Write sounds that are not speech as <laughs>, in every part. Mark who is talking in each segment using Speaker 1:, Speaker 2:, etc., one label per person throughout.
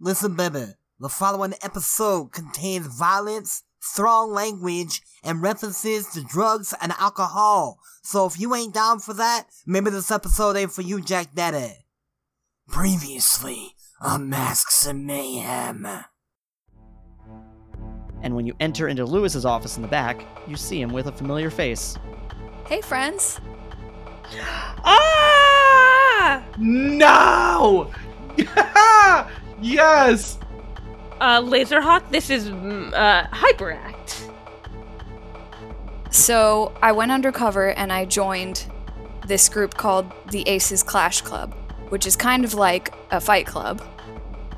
Speaker 1: Listen, baby, the following episode contains violence, strong language, and references to drugs and alcohol. So if you ain't down for that, maybe this episode ain't for you, Jack Daddy. Previously on Masks and Mayhem.
Speaker 2: And when you enter into Lewis's office in the back, you see him with a familiar face.
Speaker 3: Hey, friends.
Speaker 4: Ah!
Speaker 5: No! <laughs> yes!
Speaker 4: Uh, Laserhawk, this is mm, uh, Hyperact.
Speaker 3: So I went undercover and I joined this group called the Aces Clash Club, which is kind of like a fight club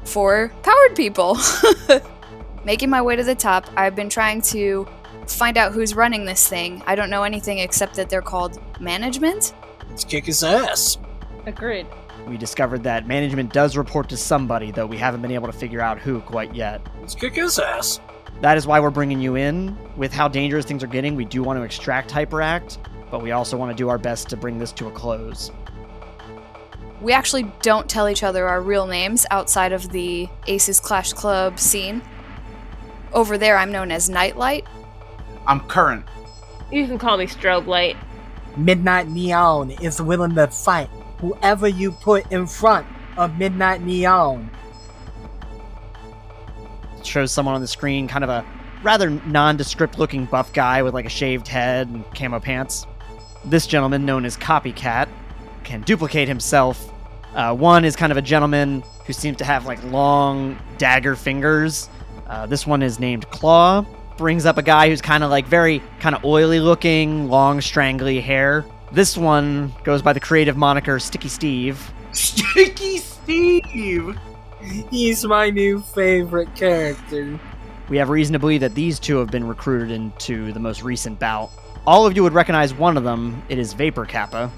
Speaker 3: for powered people. <laughs> Making my way to the top, I've been trying to find out who's running this thing. I don't know anything except that they're called management.
Speaker 6: Let's kick his ass.
Speaker 4: Agreed.
Speaker 2: We discovered that management does report to somebody, though we haven't been able to figure out who quite yet.
Speaker 6: Let's kick his ass.
Speaker 2: That is why we're bringing you in. With how dangerous things are getting, we do want to extract Hyperact, but we also want to do our best to bring this to a close.
Speaker 3: We actually don't tell each other our real names outside of the Aces Clash Club scene. Over there, I'm known as Nightlight.
Speaker 5: I'm current.
Speaker 4: You can call me Strobe Light.
Speaker 1: Midnight Neon is willing to fight whoever you put in front of Midnight Neon.
Speaker 2: It shows someone on the screen, kind of a rather nondescript looking buff guy with like a shaved head and camo pants. This gentleman, known as Copycat, can duplicate himself. Uh, one is kind of a gentleman who seems to have like long dagger fingers. Uh, this one is named Claw. Brings up a guy who's kind of like very kind of oily looking, long strangly hair. This one goes by the creative moniker Sticky Steve.
Speaker 5: Sticky Steve!
Speaker 1: He's my new favorite character.
Speaker 2: We have reason to believe that these two have been recruited into the most recent bout. All of you would recognize one of them, it is Vapor Kappa,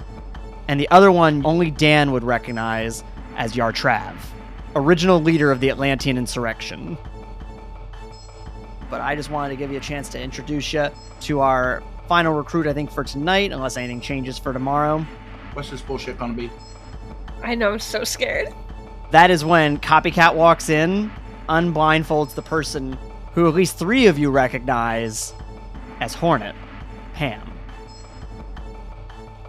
Speaker 2: and the other one only Dan would recognize as Yartrav, original leader of the Atlantean insurrection. But I just wanted to give you a chance to introduce you to our final recruit, I think, for tonight, unless anything changes for tomorrow.
Speaker 5: What's this bullshit gonna be?
Speaker 4: I know, I'm so scared.
Speaker 2: That is when Copycat walks in, unblindfolds the person who at least three of you recognize as Hornet, Pam.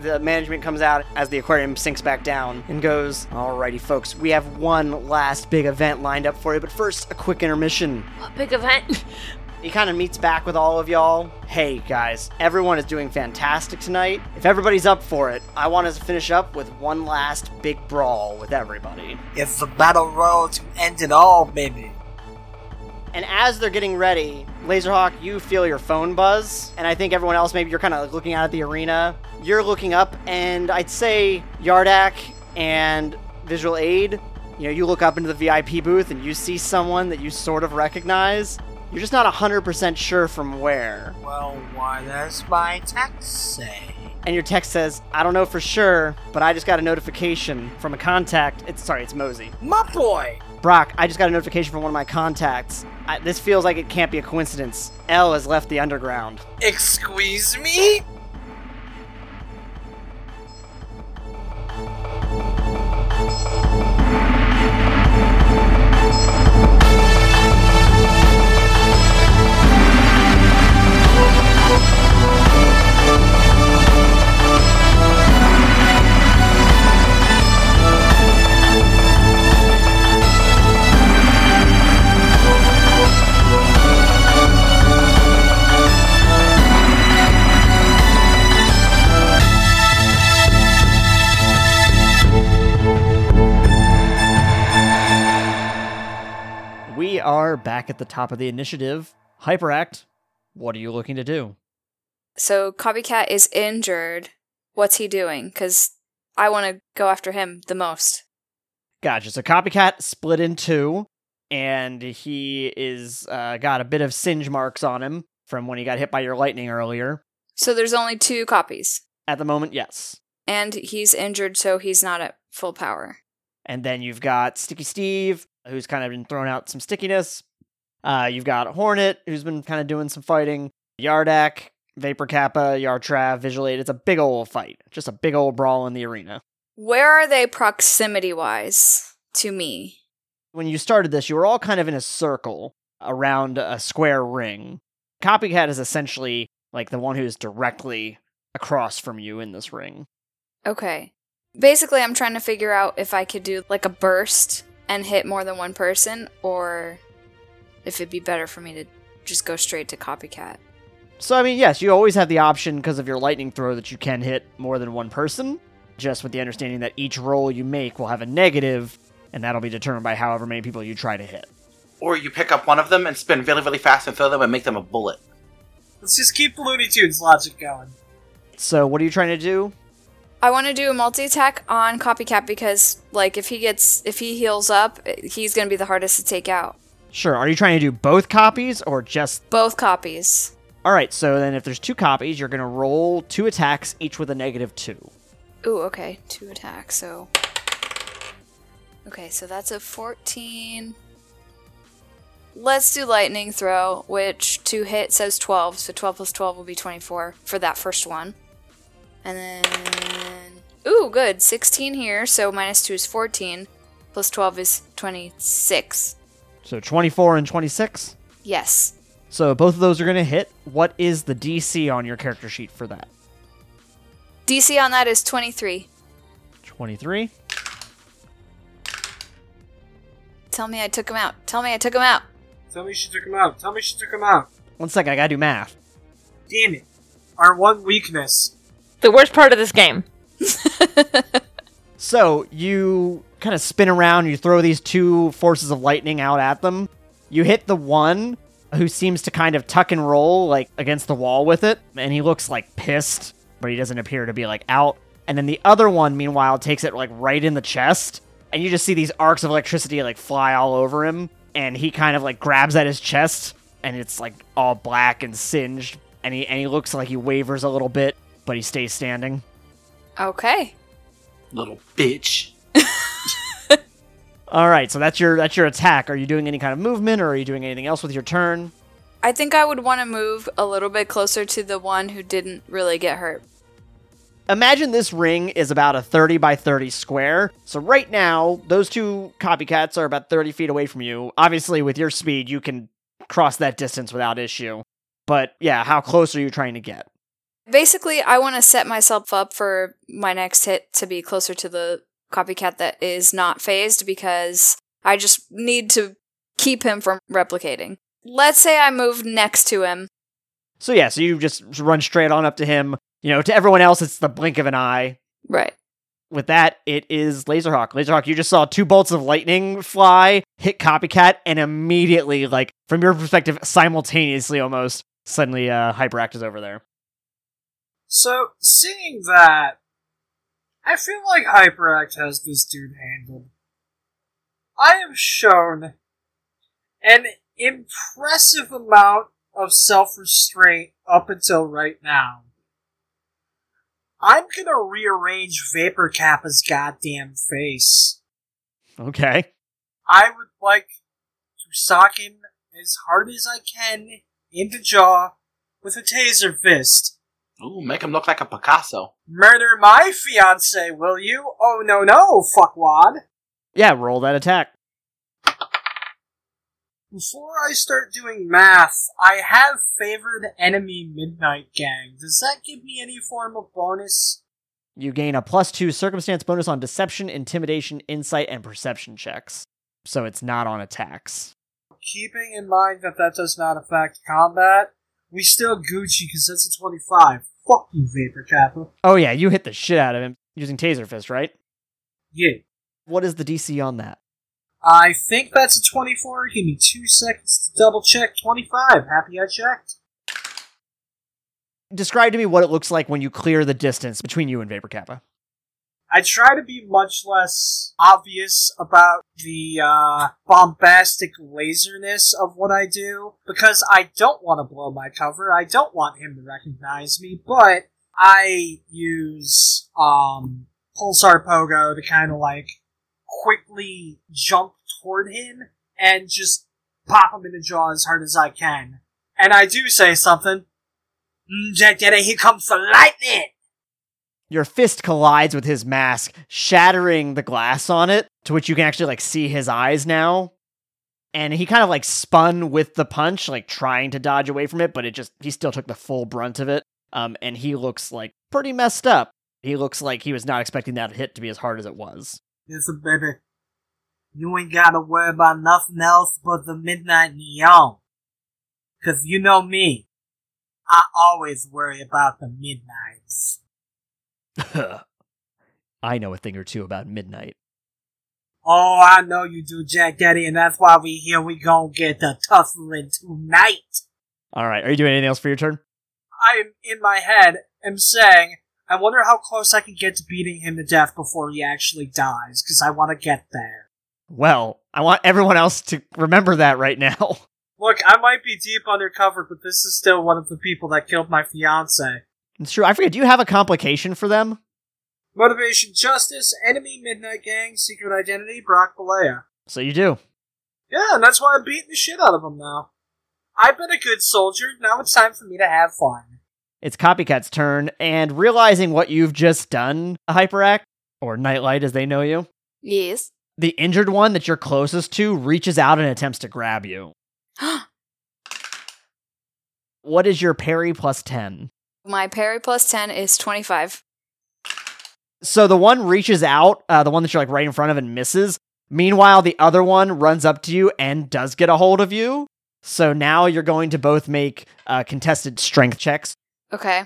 Speaker 2: The management comes out as the aquarium sinks back down and goes, Alrighty, folks, we have one last big event lined up for you, but first, a quick intermission.
Speaker 4: What big event?
Speaker 2: He kind of meets back with all of y'all. Hey guys, everyone is doing fantastic tonight. If everybody's up for it, I want us to finish up with one last big brawl with everybody.
Speaker 1: It's the battle royal to end it all, baby.
Speaker 2: And as they're getting ready, Laserhawk, you feel your phone buzz, and I think everyone else maybe you're kind of like looking out at the arena. You're looking up, and I'd say Yardak and Visual Aid. You know, you look up into the VIP booth and you see someone that you sort of recognize. You're just not 100% sure from where.
Speaker 1: Well, why does my text say?
Speaker 2: And your text says, I don't know for sure, but I just got a notification from a contact. It's sorry, it's Mosey.
Speaker 1: My boy!
Speaker 2: Brock, I just got a notification from one of my contacts. I, this feels like it can't be a coincidence. L has left the underground.
Speaker 6: Excuse me?
Speaker 2: We are back at the top of the initiative. Hyperact, what are you looking to do?
Speaker 3: So Copycat is injured. What's he doing? Because I want to go after him the most.
Speaker 2: Gotcha. So Copycat split in two, and he is uh, got a bit of singe marks on him from when he got hit by your lightning earlier.
Speaker 3: So there's only two copies.
Speaker 2: At the moment, yes.
Speaker 3: And he's injured, so he's not at full power.
Speaker 2: And then you've got Sticky Steve, who's kind of been throwing out some stickiness. Uh, you've got Hornet, who's been kind of doing some fighting. Yardak, Vapor Kappa, Yartrav, Visual Aid. It's a big old fight. Just a big old brawl in the arena.
Speaker 3: Where are they proximity wise to me?
Speaker 2: when you started this, you were all kind of in a circle around a square ring. Copycat is essentially like the one who is directly across from you in this ring.
Speaker 3: Okay. Basically, I'm trying to figure out if I could do like a burst and hit more than one person, or if it'd be better for me to just go straight to copycat.
Speaker 2: So, I mean, yes, you always have the option because of your lightning throw that you can hit more than one person, just with the understanding that each roll you make will have a negative, and that'll be determined by however many people you try to hit.
Speaker 5: Or you pick up one of them and spin really, really fast and throw them and make them a bullet.
Speaker 6: Let's just keep Looney Tunes logic going.
Speaker 2: So, what are you trying to do?
Speaker 3: I want to do a multi attack on copycat because, like, if he gets if he heals up, he's gonna be the hardest to take out.
Speaker 2: Sure, are you trying to do both copies or just
Speaker 3: Both copies.
Speaker 2: All right, so then if there's two copies, you're going to roll two attacks, each with a negative two.
Speaker 3: Ooh, okay, two attacks. So, okay, so that's a fourteen. Let's do lightning throw, which to hit says twelve, so twelve plus twelve will be twenty-four for that first one, and then ooh, good, sixteen here. So minus two is fourteen, plus twelve is twenty-six.
Speaker 2: So 24 and 26.
Speaker 3: Yes,
Speaker 2: So both of those are going to hit. What is the DC on your character sheet for that?
Speaker 3: DC on that is twenty-three.
Speaker 2: 23.
Speaker 3: Tell me I took him out. Tell me I took him out.
Speaker 7: Tell me she took him out. Tell me she took him out.
Speaker 2: One second, I got to do math.
Speaker 7: Damn it. Our one weakness.
Speaker 4: <laughs> The worst part of this game.
Speaker 2: So you kind of spin around, you throw these two forces of lightning out at them. You hit the one who seems to kind of tuck and roll like against the wall with it, and he looks like pissed, but he doesn't appear to be like out. And then the other one, meanwhile, takes it like right in the chest, and you just see these arcs of electricity like fly all over him, and he kind of like grabs at his chest, and it's like all black and singed, and he and he looks like he wavers a little bit, but he stays standing.
Speaker 3: Okay.
Speaker 5: Little bitch.
Speaker 2: All right, so that's your that's your attack. Are you doing any kind of movement, or are you doing anything else with your turn?
Speaker 3: I think I would want to move a little bit closer to the one who didn't really get hurt.
Speaker 2: Imagine this ring is about a thirty by thirty square. So right now, those two copycats are about thirty feet away from you. Obviously, with your speed, you can cross that distance without issue. But yeah, how close are you trying to get?
Speaker 3: Basically, I want to set myself up for my next hit to be closer to the copycat that is not phased because I just need to keep him from replicating. Let's say I move next to him.
Speaker 2: So yeah, so you just run straight on up to him. You know, to everyone else, it's the blink of an eye.
Speaker 3: Right.
Speaker 2: with that, it is Laserhawk. Laserhawk, you just saw two bolts of lightning fly, hit Copycat, and immediately, like, from your perspective, simultaneously almost, suddenly uh, Hyperact is over there.
Speaker 7: So, seeing that, I feel like Hyperact has this dude handled. I am shown an impressive amount of self restraint up until right now. I'm gonna rearrange Vapor Kappa's goddamn face.
Speaker 2: Okay.
Speaker 7: I would like to sock him as hard as I can in the jaw with a taser fist.
Speaker 5: Ooh, make him look like a Picasso. <laughs>
Speaker 7: Murder my fiance, will you? Oh no no, fuckwad.
Speaker 2: Yeah, roll that attack.
Speaker 7: Before I start doing math, I have favored enemy Midnight Gang. Does that give me any form of bonus?
Speaker 2: You gain a plus two circumstance bonus on deception, intimidation, insight, and perception checks. So it's not on attacks.
Speaker 7: Keeping in mind that that does not affect combat, we still Gucci because that's a 25. Fuck you, Vapor Kappa.
Speaker 2: Oh, yeah, you hit the shit out of him using Taser Fist, right?
Speaker 7: Yeah.
Speaker 2: What is the DC on that?
Speaker 7: I think that's a 24. Give me two seconds to double check. 25. Happy I checked.
Speaker 2: Describe to me what it looks like when you clear the distance between you and Vapor Kappa.
Speaker 7: I try to be much less obvious about the uh, bombastic laserness of what I do because I don't want to blow my cover. I don't want him to recognize me, but I use um, Pulsar Pogo to kind of like quickly jump toward him and just pop him in the jaw as hard as I can. And I do say something. Mm, da- da- da, Here comes the lightning!
Speaker 2: Your fist collides with his mask, shattering the glass on it, to which you can actually like see his eyes now. And he kind of like spun with the punch, like trying to dodge away from it, but it just he still took the full brunt of it. Um and he looks like pretty messed up. He looks like he was not expecting that hit to be as hard as it was. <laughs>
Speaker 7: Listen, baby. You ain't gotta worry about nothing else but the midnight neon. Cause you know me. I always worry about the midnights.
Speaker 2: I know a thing or two about midnight.
Speaker 7: Oh, I know you do, Jack Daddy, and that's why we here. We gonna get the tussling tonight.
Speaker 2: All right, are you doing anything else for your turn?
Speaker 7: I, in my head, am saying, I wonder how close I can get to beating him to death before he actually dies, because I want to get there.
Speaker 2: Well, I want everyone else to remember that right now. <laughs>
Speaker 7: Look, I might be deep undercover, but this is still one of the people that killed my fiance.
Speaker 2: It's true. I forget. Do you have a complication for them?
Speaker 7: Motivation, justice, enemy, midnight gang, secret identity, Brock Balea.
Speaker 2: So you do.
Speaker 7: Yeah, and that's why I'm beating the shit out of him now. I've been a good soldier. Now it's time for me to have fun.
Speaker 2: It's Copycat's turn, and realizing what you've just done, Hyperact, or Nightlight as they know you,
Speaker 3: Yes.
Speaker 2: the injured one that you're closest to reaches out and attempts to grab you. What is your parry plus 10?
Speaker 3: My parry plus 10 is 25.
Speaker 2: So the one reaches out, uh, the one that you're like right in front of and misses. Meanwhile, the other one runs up to you and does get a hold of you. So now you're going to both make uh, contested strength checks.
Speaker 3: Okay.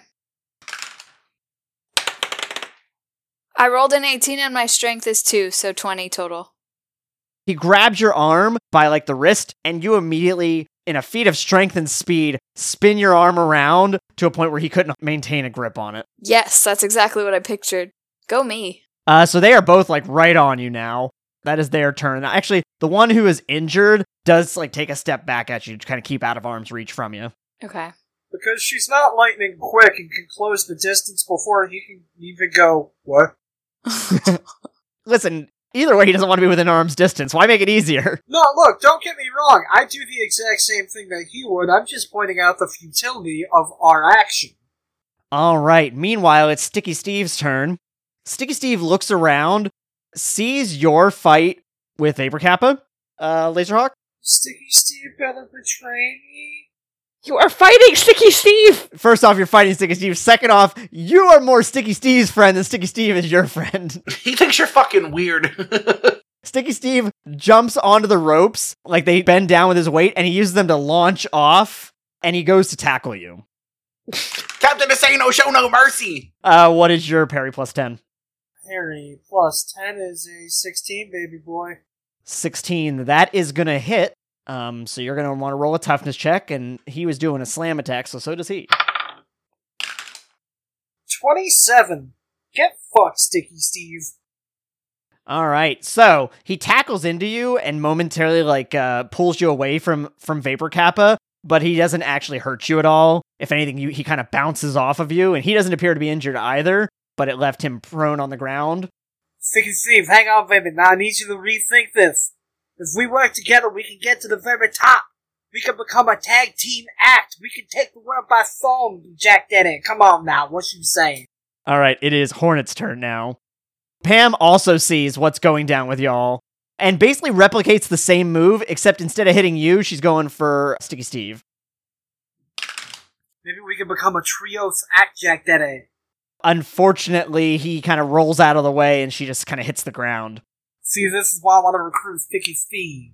Speaker 3: I rolled an 18 and my strength is 2, so 20 total.
Speaker 2: He grabs your arm by like the wrist, and you immediately, in a feat of strength and speed, spin your arm around to a point where he couldn't maintain a grip on it.
Speaker 3: Yes, that's exactly what I pictured. Go me.
Speaker 2: Uh, so they are both like right on you now. That is their turn. Actually, the one who is injured does like take a step back at you to kind of keep out of arm's reach from you.
Speaker 3: Okay.
Speaker 6: Because she's not lightning quick and can close the distance before he can even go, What?
Speaker 2: Listen, either way, he doesn't want to be within arm's distance. Why make it easier? <laughs>
Speaker 6: No, look, don't get me wrong. I do the exact same thing that he would. I'm just pointing out the futility of our action.
Speaker 2: All right. Meanwhile, it's Sticky Steve's turn. Sticky Steve looks around, sees your fight with Vapor Kappa, uh, Laserhawk.
Speaker 6: Sticky Steve better betray me.
Speaker 4: You are fighting Sticky Steve!
Speaker 2: First off, you're fighting Sticky Steve. Second off, you are more Sticky Steve's friend than Sticky Steve is your friend. <laughs>
Speaker 5: He thinks you're fucking weird. <laughs>
Speaker 2: Sticky Steve jumps onto the ropes, like they bend down with his weight, and he uses them to launch off, and he goes to tackle you.
Speaker 5: Captain, this ain't no show, no mercy.
Speaker 2: Uh, what is your parry plus 10?
Speaker 6: Harry plus 10 is a 16, baby boy.
Speaker 2: 16. That is going to hit. Um, so you're going to want to roll a toughness check, and he was doing a slam attack, so so does he.
Speaker 6: 27. Get fucked, Sticky Steve.
Speaker 2: All right. So he tackles into you and momentarily like uh, pulls you away from from Vapor Kappa, but he doesn't actually hurt you at all. If anything, you, he kind of bounces off of you, and he doesn't appear to be injured either. But it left him prone on the ground.
Speaker 6: Sticky Steve, hang on, baby. Now I need you to rethink this. If we work together, we can get to the very top. We can become a tag team act. We can take the world by storm, Jack Denny. Come on now, what you saying?
Speaker 2: All right, it is Hornet's turn now. Pam also sees what's going down with y'all and basically replicates the same move, except instead of hitting you, she's going for Sticky Steve.
Speaker 6: Maybe we can become a trios act, Jack Denny.
Speaker 2: Unfortunately, he kind of rolls out of the way and she just kind of hits the ground.
Speaker 6: See, this is why I want to recruit Sticky Steve.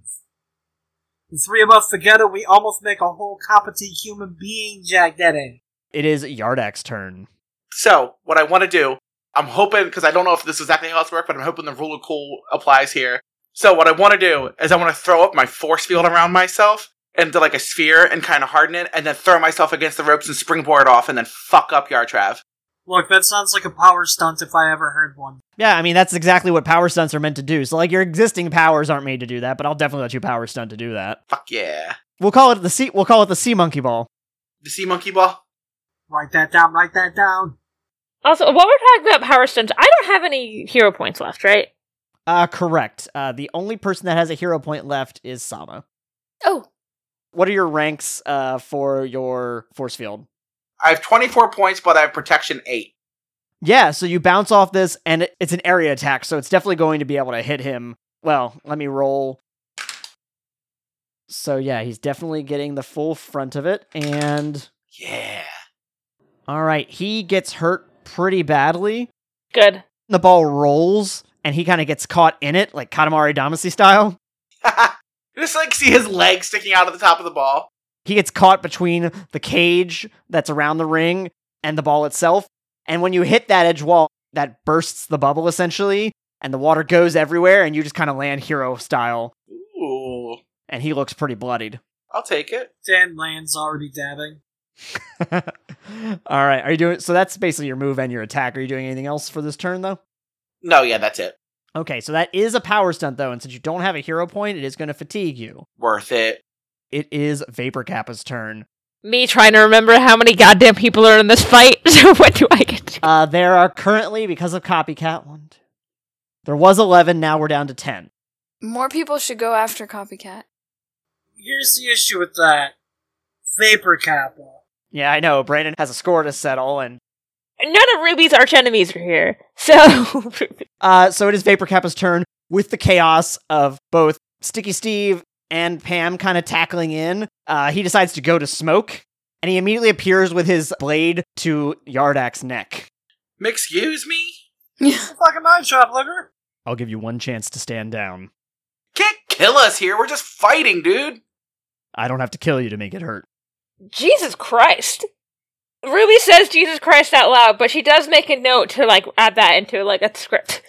Speaker 6: The three of us together, we almost make a whole competent human being, Jack Denny.
Speaker 2: It is Yardak's turn.
Speaker 5: So, what I want to do, I'm hoping, because I don't know if this is exactly how it's worked, but I'm hoping the rule of cool applies here. So, what I want to do is I want to throw up my force field around myself into like a sphere and kind of harden it, and then throw myself against the ropes and springboard off, and then fuck up Yartrav.
Speaker 7: Look, that sounds like a power stunt if I ever heard one.
Speaker 2: Yeah, I mean that's exactly what power stunts are meant to do. So like your existing powers aren't made to do that, but I'll definitely let you power stunt to do that.
Speaker 5: Fuck yeah.
Speaker 2: We'll call it the sea. We'll call it the sea monkey ball.
Speaker 5: The sea monkey ball?
Speaker 7: Write that down, write that down.
Speaker 4: Also, while we're talking about power stunts, I don't have any hero points left, right?
Speaker 2: Uh, correct. Uh, the only person that has a hero point left is Sama.
Speaker 3: Oh,
Speaker 2: What are your ranks uh for your force field?
Speaker 5: I have 24 points, but I have protection 8.
Speaker 2: Yeah, so you bounce off this, and it, it's an area attack, so it's definitely going to be able to hit him. Well, let me roll. So yeah, he's definitely getting the full front of it, and
Speaker 5: Yeah. <laughs>
Speaker 2: all right, he gets hurt pretty badly.
Speaker 4: Good.
Speaker 2: The ball rolls, and he kind of gets caught in it, like Katamari Damacy style.
Speaker 5: Just like see his leg sticking out of the top of the ball.
Speaker 2: He gets caught between the cage that's around the ring and the ball itself. And when you hit that edge wall, that bursts the bubble essentially, and the water goes everywhere, and you just kind of land hero style.
Speaker 5: Ooh.
Speaker 2: And he looks pretty bloodied. <laughs>
Speaker 5: I'll take it.
Speaker 7: Dan Land's already dabbing.
Speaker 2: All right. Are you doing so? That's basically your move and your attack. Are you doing anything else for this turn, though?
Speaker 5: No, yeah, that's it.
Speaker 2: Okay. So that is a power stunt, though. And since you don't have a hero point, it is going to fatigue you.
Speaker 5: Worth it.
Speaker 2: It is Vapor Kappa's turn.
Speaker 4: Me trying to remember how many goddamn people are in this fight. <laughs> So what do I get? To-
Speaker 2: Uh, there are currently, because of Copycat, one, two. There was 11. Now we're down to 10.
Speaker 3: More people should go after Copycat. <laughs>
Speaker 7: Here's the issue with that Vapor Kappa.
Speaker 2: Yeah, I know. Brandon has a score to settle. And
Speaker 4: None of Ruby's arch enemies are here. So <laughs>
Speaker 2: uh, so it is Vapor Kappa's turn with the chaos of both Sticky Steve and Pam kind of tackling in. Uh, he decides to go to smoke, and he immediately appears with his blade to Yardak's neck.
Speaker 5: Excuse me?
Speaker 7: Fucking mind shop, looker.
Speaker 2: I'll give you one chance to stand down.
Speaker 5: Can't kill us here. We're just fighting, dude.
Speaker 2: I don't have to kill you to make it hurt.
Speaker 4: Jesus Christ. Ruby says Jesus Christ out loud, but she does make a note to like add that into like a script.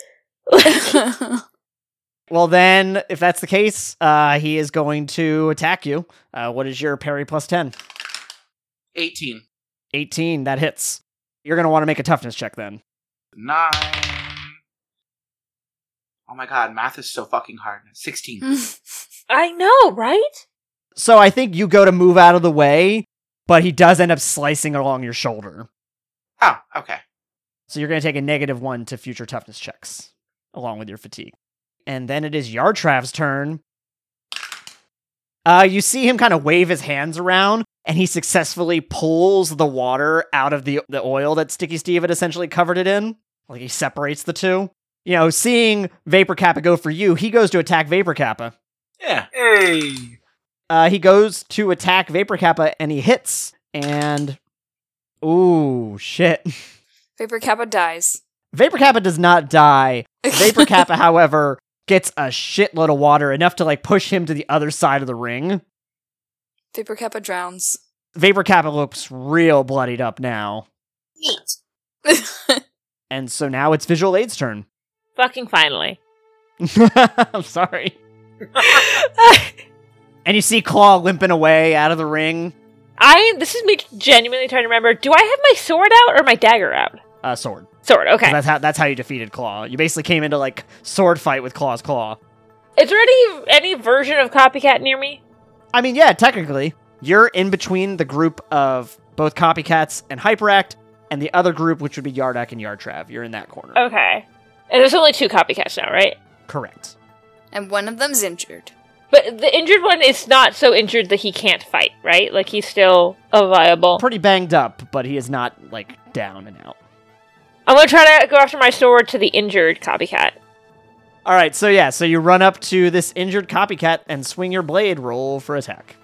Speaker 2: Well, then, if that's the case, uh, he is going to attack you. Uh, what is your parry plus 10?
Speaker 5: 18.
Speaker 2: 18, that hits. You're going to want to make a toughness check then.
Speaker 5: Nine. Oh my god, math is so fucking hard.
Speaker 3: Mm.
Speaker 5: 16.
Speaker 4: I know, right?
Speaker 2: So I think you go to move out of the way, but he does end up slicing along your shoulder.
Speaker 5: Oh, okay.
Speaker 2: So you're going to take a negative one to future toughness checks, along with your fatigue. And then it is Yartrav's turn. Uh, you see him kind of wave his hands around, and he successfully pulls the water out of the, the oil that Sticky Steve had essentially covered it in. Like he separates the two. You know, seeing Vapor Kappa go for you, he goes to attack Vapor Kappa.
Speaker 5: Yeah.
Speaker 7: Hey.
Speaker 2: Uh, he goes to attack Vapor Kappa and he hits. And. Ooh, shit. <laughs>
Speaker 3: Vapor Kappa dies.
Speaker 2: Vapor Kappa does not die. Vapor
Speaker 3: <laughs>
Speaker 2: Kappa, however, gets a shitload of water, enough to like push him to the other side of the ring.
Speaker 3: Vapor Kappa drowns. <laughs>
Speaker 2: Vapor Kappa looks real bloodied up now.
Speaker 7: Neat.
Speaker 2: And so now it's Visual Aid's turn. <laughs>
Speaker 4: Fucking finally. <laughs>
Speaker 2: I'm sorry. And you see Claw limping away out of the ring.
Speaker 4: I this is me genuinely trying to remember. Do I have my sword out or my dagger out?
Speaker 2: Uh, sword. 'Cause
Speaker 4: Sword. Okay.
Speaker 2: That's how that's how you defeated Claw. You basically came into like sword fight with Claw's claw.
Speaker 4: Is there any any version of copycat near me?
Speaker 2: I mean, yeah, technically, you're in between the group of both copycats and Hyperact, and the other group, which would be Yardak and Yartrav. You're in that corner.
Speaker 4: Okay. And there's only two copycats now, right?
Speaker 2: Correct.
Speaker 3: and one of them's injured.
Speaker 4: But the injured one is not so injured that he can't fight, right? Like he's still a viable.
Speaker 2: Pretty banged up, but he is not like down and out.
Speaker 4: I'm gonna try to go after my sword to the injured copycat.
Speaker 2: All right, so yeah, so you run up to this injured copycat and swing your blade. Roll for attack.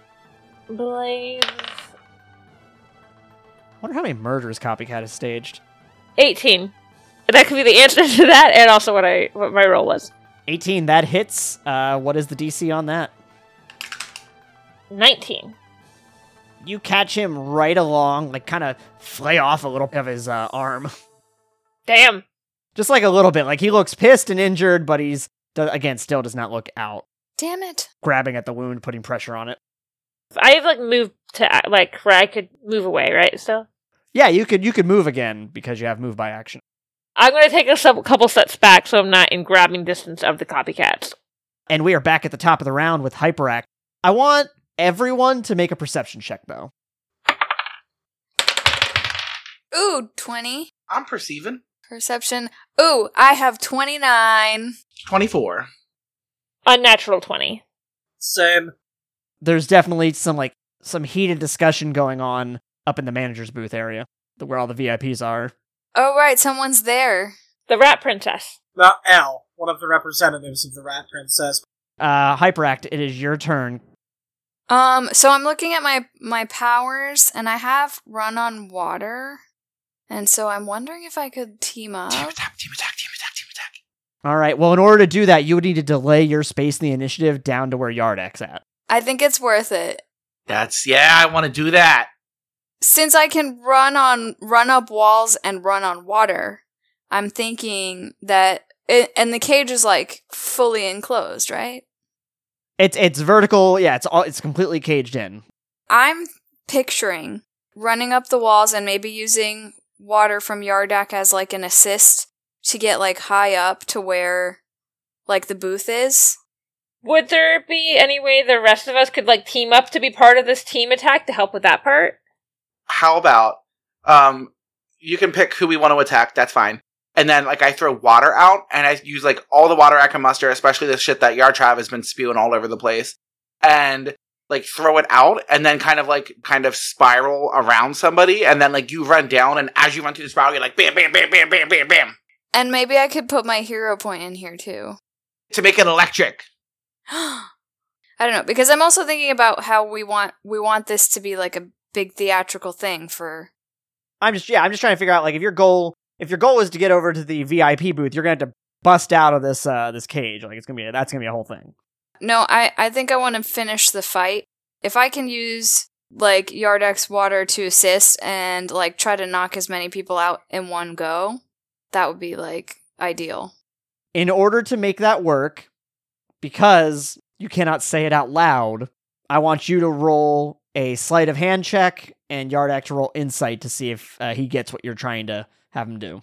Speaker 4: Blaze
Speaker 2: Wonder how many murders copycat has staged.
Speaker 4: 18. That could be the answer <laughs> to that, and also what I what my roll was.
Speaker 2: 18, that hits. Uh, what is the DC on that?
Speaker 4: 19.
Speaker 2: You catch him right along, like kind of flay off a little bit of his uh, arm. <laughs>
Speaker 4: Damn.
Speaker 2: just like a little bit. Like he looks pissed and injured, but he's do- again still does not look out.
Speaker 3: Damn it.
Speaker 2: Grabbing at the wound, putting pressure on it.
Speaker 4: I have like moved to like where I could move away, right? So
Speaker 2: Yeah, you could you could move again because you have move by action.
Speaker 4: I'm gonna take a sub- couple steps back so I'm not in grabbing distance of the copycats.
Speaker 2: And we are back at the top of the round with Hyperact. I want everyone to make a perception check though.
Speaker 3: Ooh, 20.
Speaker 5: I'm perceiving.
Speaker 3: Perception. Ooh, I have 29.
Speaker 5: 24.
Speaker 4: Unnatural 20.
Speaker 7: Same.
Speaker 2: There's definitely some like some heated discussion going on up in the manager's booth area, the- where all the VIPs are.
Speaker 3: Oh, right, someone's there.
Speaker 4: The rat princess.
Speaker 7: Now, L, one of the representatives of the Rat Princess.
Speaker 2: Uh, Hyperact, it is your turn.
Speaker 3: Um, so I'm looking at my my powers, and I have run on water, and so I'm wondering if I could team up.
Speaker 5: Team attack, team attack, team attack, team attack.
Speaker 2: All right. Well, in order to do that, you would need to delay your space in the initiative down to where Yardak's at.
Speaker 3: I think it's worth it
Speaker 5: That's yeah, I want to do that.
Speaker 3: since I can run on run up walls and run on water. I'm thinking that, it, and the cage is like fully enclosed, right?
Speaker 2: It's it's vertical. Yeah, it's all it's completely caged in.
Speaker 3: I'm picturing running up the walls and maybe using water from Yardak as like an assist to get like high up to where like the booth is.
Speaker 4: Would there be any way the rest of us could like team up to be part of this team attack to help with that part?
Speaker 5: How about um you can pick who we want to attack, that's fine. And then like I throw water out and I use like all the water I can muster, especially the shit that Yartrav has been spewing all over the place. And like throw it out and then kind of like kind of spiral around somebody and then like you run down and as you run through the spiral you're like bam bam bam bam bam bam bam
Speaker 3: And maybe I could put my hero point in here too. <gasps>
Speaker 5: to make it electric.
Speaker 3: I don't know because I'm also thinking about how we want we want this to be like a big theatrical thing for
Speaker 2: I'm just yeah, I'm just trying to figure out like if your goal if your goal is to get over to the VIP booth, you're gonna have to bust out of this uh this cage. Like it's gonna be a, that's gonna be a whole thing.
Speaker 3: No, I, I think I want to finish the fight. If I can use like Yardak's water to assist and like try to knock as many people out in one go, that would be like ideal.
Speaker 2: In order to make that work, because you cannot say it out loud, I want you to roll a sleight of hand check and Yardak to roll insight to see if uh, he gets what you're trying to have him do.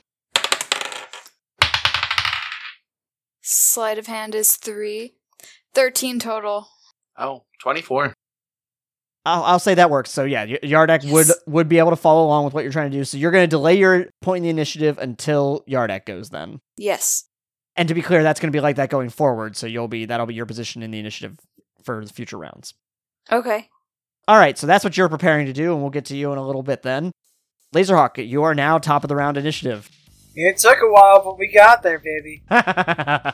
Speaker 3: Sleight of hand is three. 13 total.
Speaker 5: Oh, 24.
Speaker 2: I'll, I'll say that works. So yeah, Y- Yardak
Speaker 3: Yes.
Speaker 2: would would be able to follow along with what you're trying to do. So you're going to delay your point in the initiative until Yardak goes. Then,
Speaker 3: Yes.
Speaker 2: and to be clear, that's going to be like that going forward. So you'll be that'll be your position in the initiative for the future rounds.
Speaker 3: Okay. <laughs>
Speaker 2: All right, so that's what you're preparing to do, and we'll get to you in a little bit. Then, Laserhawk, you are now top of the round initiative. <laughs>
Speaker 7: It took a while, but we got there, baby. Uh,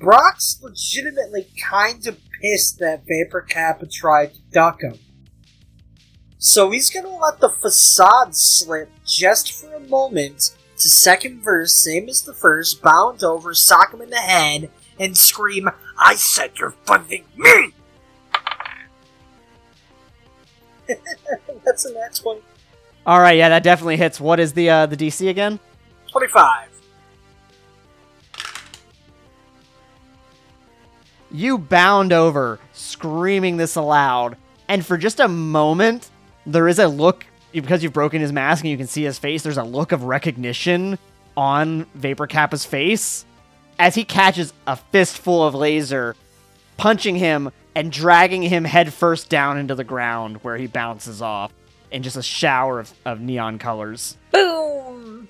Speaker 7: Brock's legitimately kind of pissed that Vapor Kappa tried to duck him. So he's gonna let the facade slip just for a moment to second verse, same as the first, bound over, sock him in the head, and scream, I said you're funding me! <laughs> That's a nat 20.
Speaker 2: All right, yeah, that definitely hits. What is the uh, the DC again?
Speaker 7: 25.
Speaker 2: You bound over, screaming this aloud, and for just a moment, there is a look because you've broken his mask and you can see his face. There's a look of recognition on Vapor Kappa's face as he catches a fistful of laser, punching him and dragging him headfirst down into the ground where he bounces off in just a shower of, of neon colors.
Speaker 4: Boom!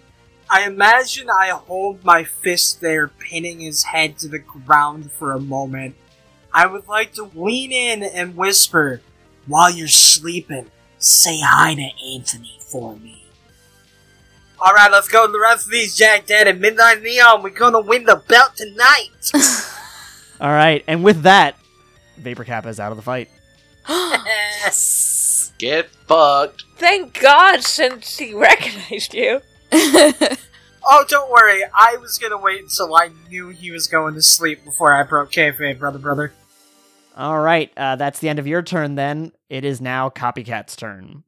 Speaker 7: I imagine I hold my fist there, pinning his head to the ground for a moment. I would like to lean in and whisper, While you're sleeping, say hi to Anthony for me. Alright, let's go to the rest of these Jack Dad and Midnight Neon. We're gonna win the belt tonight!
Speaker 2: All right, and with that, Vapor Kappa is out of the fight.
Speaker 3: <laughs>
Speaker 7: yes!
Speaker 5: Get fucked.
Speaker 4: Thank God, since he <laughs> recognized you.
Speaker 7: Oh, don't worry, I was gonna wait until I knew he was going to sleep before I broke kayfabe, brother, brother.
Speaker 2: All right, uh, that's the end of your turn. Then it is now Copycat's turn.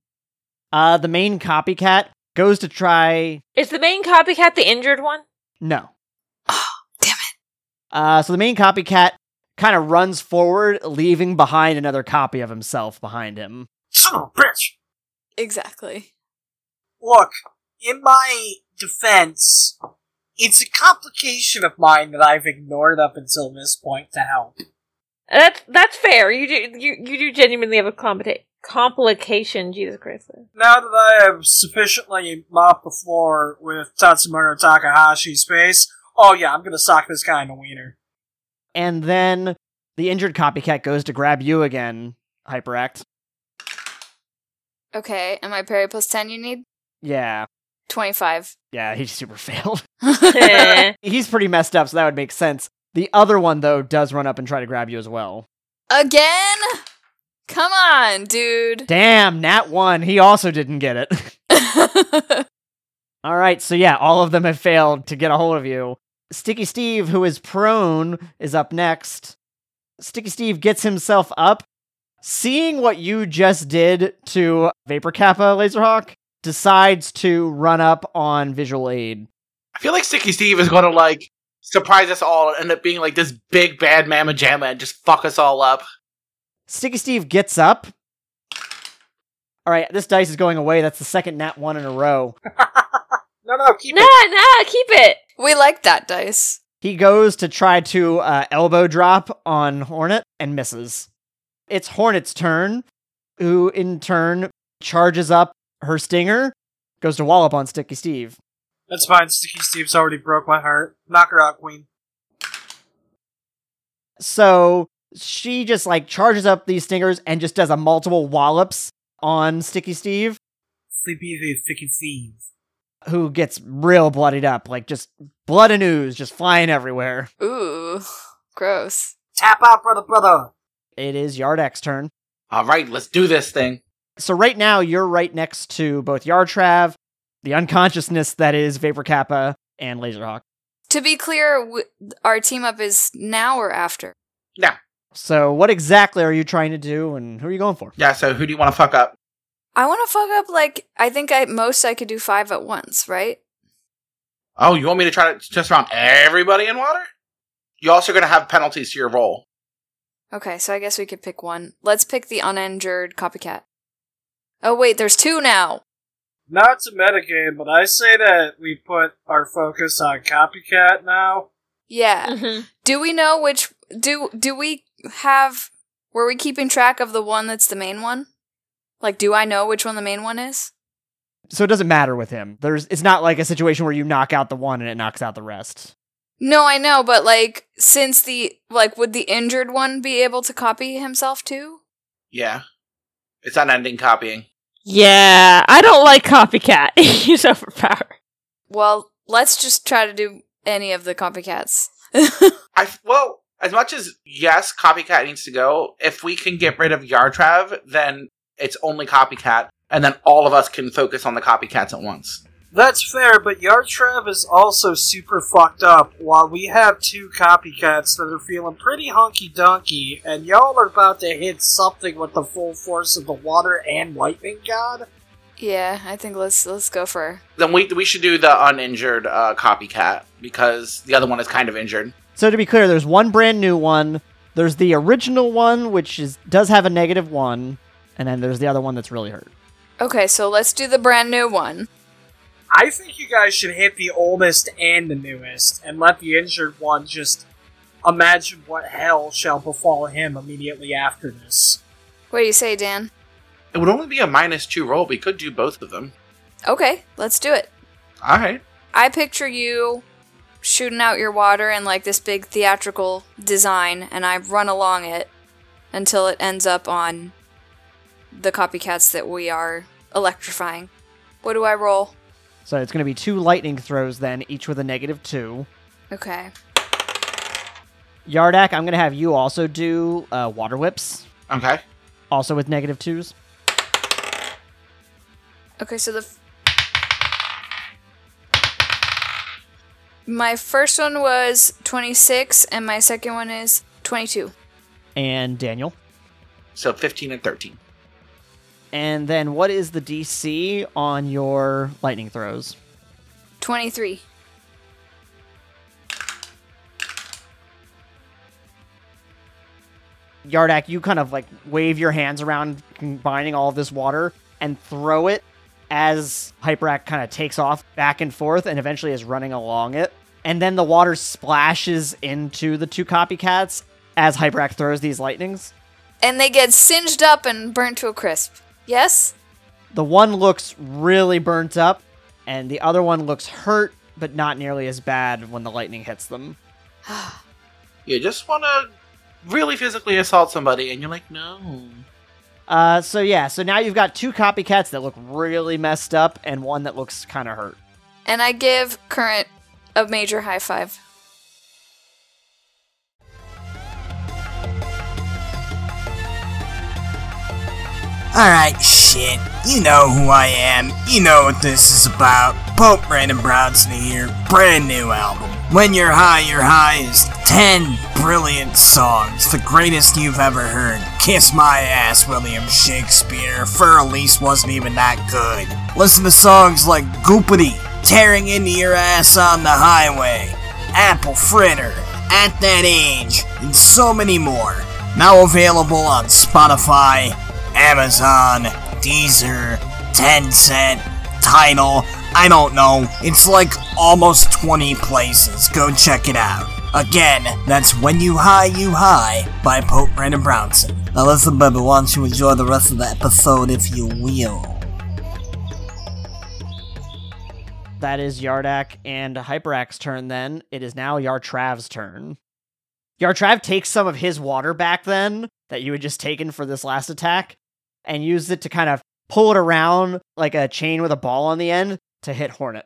Speaker 2: Uh, the main copycat goes to try.
Speaker 4: Is the main copycat the injured one?
Speaker 2: No.
Speaker 3: Oh, damn
Speaker 2: it. Uh, so the main copycat kind of runs forward, leaving behind another copy of himself behind him.
Speaker 7: Son of a bitch!
Speaker 3: exactly.
Speaker 7: look, in my defense, it's a complication of mine that I've ignored up until this point to help.
Speaker 4: That's that's fair. You do you you do genuinely have a complica- complication. Jesus Christ! <laughs>
Speaker 7: Now that I have sufficiently mopped the floor with Tatsumoto Takahashi's face, oh yeah, I'm gonna sock this guy in the wiener.
Speaker 2: And then the injured copycat goes to grab you again, Hyperact.
Speaker 3: Okay. Am I parry plus 10 you need?
Speaker 2: Yeah.
Speaker 3: 25.
Speaker 2: Yeah, he <laughs> super failed.
Speaker 4: Eh.
Speaker 2: <laughs> He's pretty messed up, so that would make sense. The other one, though, does run up and try to grab you as well.
Speaker 3: Again? Come on, dude. <laughs>
Speaker 2: Damn, Nat one. He also didn't get it. <laughs> all right, so yeah, all of them have failed to get a hold of you. Sticky Steve, who is prone, is up next. Sticky Steve gets himself up. Seeing what you just did to Vapor Kappa Laserhawk, decides to run up on visual aid.
Speaker 5: I feel like Sticky Steve is going to like surprise us all and end up being like this big bad mamma jamma and just fuck us all up.
Speaker 2: Sticky Steve gets up. All right, this dice is going away. That's the second nat one in a row.
Speaker 6: No, no, keep
Speaker 4: nah,
Speaker 6: it.
Speaker 4: nah, keep it.
Speaker 3: we like that dice.
Speaker 2: He goes to try to uh, elbow drop on Hornet and misses. It's Hornet's turn, who in turn charges up her stinger, goes to wallop on Sticky Steve.
Speaker 7: That's fine. Sticky Steve's already broke my heart. Knock her out, Queen.
Speaker 2: So she just like charges up these stingers and just does a multiple wallops on Sticky Steve,
Speaker 7: Sleepy the Sticky Steve.
Speaker 2: who gets real bloodied up, like just blood and ooze just flying everywhere.
Speaker 3: Ooh, gross.
Speaker 7: Tap out, brother, brother.
Speaker 2: It is Yardak's turn.
Speaker 5: All right, let's do this thing.
Speaker 2: So right now you're right next to both Yartrav, the unconsciousness that is Vapor Kappa, and Laserhawk.
Speaker 3: To be clear, w- our team up is now or after?
Speaker 2: So what exactly are you trying to do and who are you going for?
Speaker 5: Yeah, so who do you want to fuck up?
Speaker 3: I want to fuck up, like, I think at most I could do five at once, right?
Speaker 5: Oh, you want me to try to just around everybody in water? You're also going to have penalties to your roll.
Speaker 3: Okay, so I guess we could pick one. Let's pick the uninjured copycat. Oh, wait, there's two now.
Speaker 7: Not to metagame, but I say that we put our focus on copycat now.
Speaker 3: Yeah. Do we know which do do we have were we keeping track of the one that's the main one? Like do I know which one the main one is?
Speaker 2: So it doesn't matter with him. There's it's not like a situation where you knock out the one and it knocks out the rest.
Speaker 3: No, I know, but like since the like would the injured one be able to copy himself too?
Speaker 5: Yeah. It's unending copying.
Speaker 4: Yeah, I don't like copycat. <laughs> He's overpowered.
Speaker 3: Well, let's just try to do any of the copycats. <laughs>
Speaker 5: I f- well, as much as yes, copycat needs to go. If we can get rid of Yartrav, then it's only copycat, and then all of us can focus on the copycats at once.
Speaker 7: That's fair, but Yartrav is also super fucked up, while we have two copycats that are feeling pretty hunky dunky, and y'all are about to hit something with the full force of the water and lightning god?
Speaker 3: yeah, I think let's let's go for
Speaker 5: Then we we should do the uninjured uh, copycat because the other one is kind of injured.
Speaker 2: So to be clear, there's one brand new one, there's the original one which is does have a negative 1, and then there's the other one that's really hurt.
Speaker 3: Okay, so let's do the brand new one.
Speaker 7: I think you guys should hit the oldest and the newest, and let the injured one just imagine what hell shall befall him immediately after this.
Speaker 3: What do you say, Dan?
Speaker 5: It would only be a minus two roll. We could do both of them.
Speaker 3: Okay, let's do it.
Speaker 5: All right.
Speaker 3: I picture you shooting out your water in like this big theatrical design, and I run along it until it ends up on the copycats that we are electrifying. What do I roll?
Speaker 2: So it's going to be two lightning throws then, each with a negative 2.
Speaker 3: Okay.
Speaker 2: Yardak, I'm going to have you also do uh, water whips,
Speaker 5: Okay.
Speaker 2: also with negative 2s.
Speaker 3: Okay, so the. F- my first one was 26, and my second one is 22.
Speaker 2: And Daniel
Speaker 5: So fifteen and thirteen.
Speaker 2: And then what is the DC on your lightning throws?
Speaker 3: 23.
Speaker 2: Yardak, you kind of like wave your hands around, combining all of this water, and throw it as Hyperact kind of takes off back and forth and eventually is running along it. And then the water splashes into the two copycats as Hyperact throws these lightnings.
Speaker 3: And they get singed up and burnt to a crisp. Yes?
Speaker 2: The one looks really burnt up, and the other one looks hurt, but not nearly as bad when the lightning hits them.
Speaker 5: You just want to really physically assault somebody, and you're like, no.
Speaker 2: Uh, so yeah, so now you've got two copycats that look really messed up and one that looks kind of hurt.
Speaker 3: And I give current a major high five. <laughs>
Speaker 1: Alright, shit. You know who I am. You know what this is about. Pope Brandon Brownson here. Brand new album. When You're High, You're High is 10 brilliant songs. The greatest you've ever heard. Kiss My Ass, William Shakespeare. Fur Elise wasn't even that good. Listen to songs like Goopity, Tearing Into Your Ass on the Highway, Apple Fritter, At That Age, and so many more. Now available on Spotify, Amazon, Deezer, Tencent, Tidal. I don't know. It's like almost 20 places. Go check it out. Again, that's When You High, You High by Pope Brandon Brownson. Now listen, baby, why don't you enjoy the rest of the episode if you will?
Speaker 2: That is Yardak and Hyperak's turn then. It is now Yartrav's turn. Yartrav takes some of his water back then that you had just taken for this last attack and used it to kind of pull it around like a chain with a ball on the end to hit Hornet.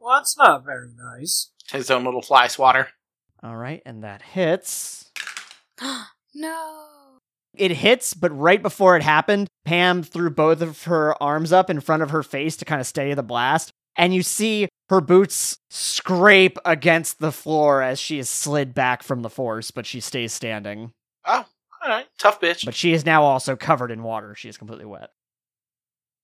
Speaker 7: Well, that's not very nice.
Speaker 5: His own little fly swatter.
Speaker 2: All right, and that hits.
Speaker 3: No.
Speaker 2: It hits, but right before it happened, Pam threw both of her arms up in front of her face to kind of steady the blast. And you see her boots scrape against the floor as she is slid back from the force, but she stays standing.
Speaker 5: Oh, all right. Tough bitch.
Speaker 2: But she is now also covered in water. She is completely wet.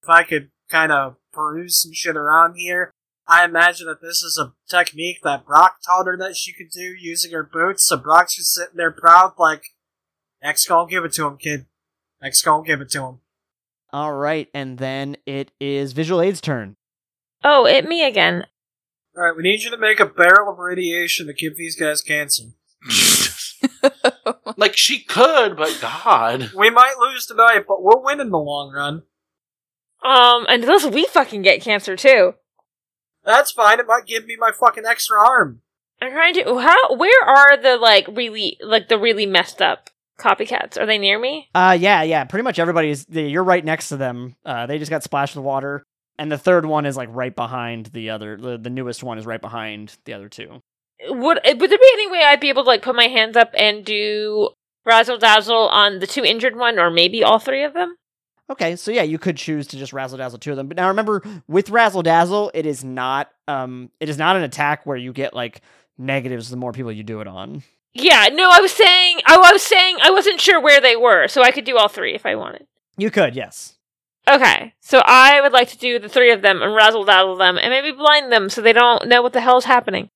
Speaker 7: If I could kind of peruse some shit around here, I imagine that this is a technique that Brock taught her that she could do using her boots. So Brock's just sitting there proud, like, X-Call, give it to him, kid. X-Call, give it to him.
Speaker 2: All right, and then it is Visual Aid's turn.
Speaker 4: Oh, it me again.
Speaker 7: Alright, we need you to make a barrel of radiation to give these guys cancer.
Speaker 5: like she could, but God.
Speaker 7: We might lose tonight, but we'll win in the long run.
Speaker 4: Um, unless we fucking get cancer too.
Speaker 7: That's fine, it might give me my fucking extra arm.
Speaker 4: I'm trying to. How? Where are the like really like the really messed up copycats? Are they near me?
Speaker 2: Uh, yeah, yeah. Pretty much everybody's. they- You're right next to them. Uh, they just got splashed with water, and the third one is like right behind the other. The, the newest one is right behind the other two.
Speaker 4: Would Would there be any way I'd be able to like put my hands up and do razzle dazzle on the two injured one, or maybe all three of them?
Speaker 2: Okay, so yeah, you could choose to just razzle dazzle two of them. But now remember, with razzle dazzle, it is not um, it is not an attack where you get like negatives the more people you do it on.
Speaker 4: Yeah. No, I was saying. oh, I, I was saying I wasn't sure where they were, so I could do all three if I wanted.
Speaker 2: You could, yes.
Speaker 4: Okay, so I would like to do the three of them and razzle dazzle them, and maybe blind them so they don't know what the hell's happening.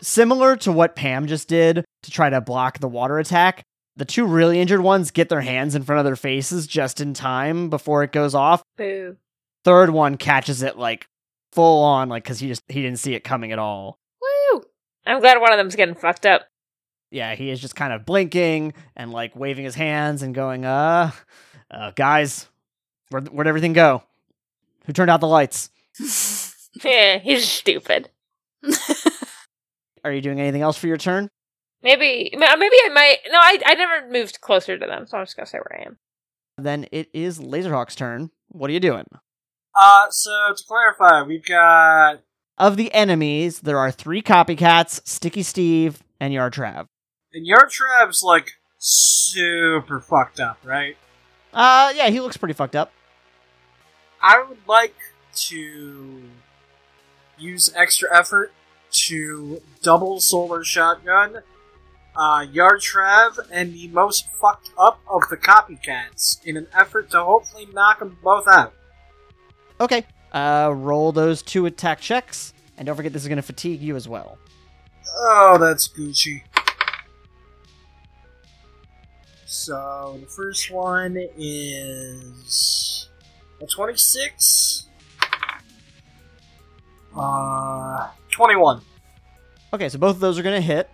Speaker 2: Similar to what Pam just did to try to block the water attack, the two really injured ones get their hands in front of their faces just in time before it goes off.
Speaker 4: Boo.
Speaker 2: third one catches it like full on like because he just he didn't see it coming at all
Speaker 4: Woo! I'm glad one of them's getting fucked up. <laughs>
Speaker 2: yeah he is just kind of blinking and like waving his hands and going uh, uh guys where'd, where'd everything go who turned out the lights
Speaker 4: Yeah, he's stupid.
Speaker 2: are you doing anything else for your turn
Speaker 4: Maybe, ma- maybe I might. No, I, I never moved closer to them, so I'm just gonna say where I am. <laughs>
Speaker 2: then it is laserhawk's turn what are you doing
Speaker 7: Uh, so to clarify, we've got
Speaker 2: of the enemies there are three copycats sticky steve and yartrav
Speaker 7: and your Trev's like super fucked up, right?
Speaker 2: uh yeah he looks pretty fucked up
Speaker 7: I would like to use extra effort to double solar shotgun uh, Yartrav and the most fucked up of the copycats in an effort to hopefully knock them both out.
Speaker 2: okay uh roll those two attack checks and don't forget this is going to fatigue you as well
Speaker 7: Oh, that's Gucci. So the first one is a twenty-six. Uh, twenty-one.
Speaker 2: Okay, so both of those are going to hit.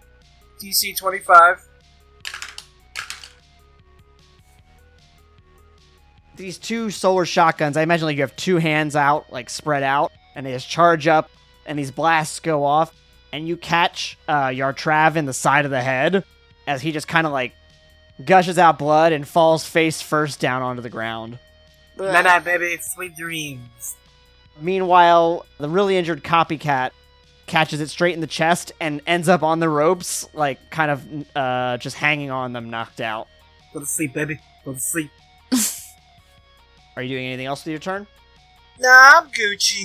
Speaker 7: DC twenty-five.
Speaker 2: These two solar shotguns, I imagine like you have two hands out, like spread out, and they just charge up, and these blasts go off, and you catch uh, Yartrav in the side of the head as he just kind of like gushes out blood and falls face first down onto the ground.
Speaker 6: Night night, baby. Sweet dreams.
Speaker 2: Meanwhile, the really injured copycat catches it straight in the chest and ends up on the ropes, like kind of uh, just hanging on them, knocked out.
Speaker 6: Go to sleep, baby. Go to sleep.
Speaker 2: Are you doing anything else with your turn?
Speaker 6: Nah, I'm Gucci.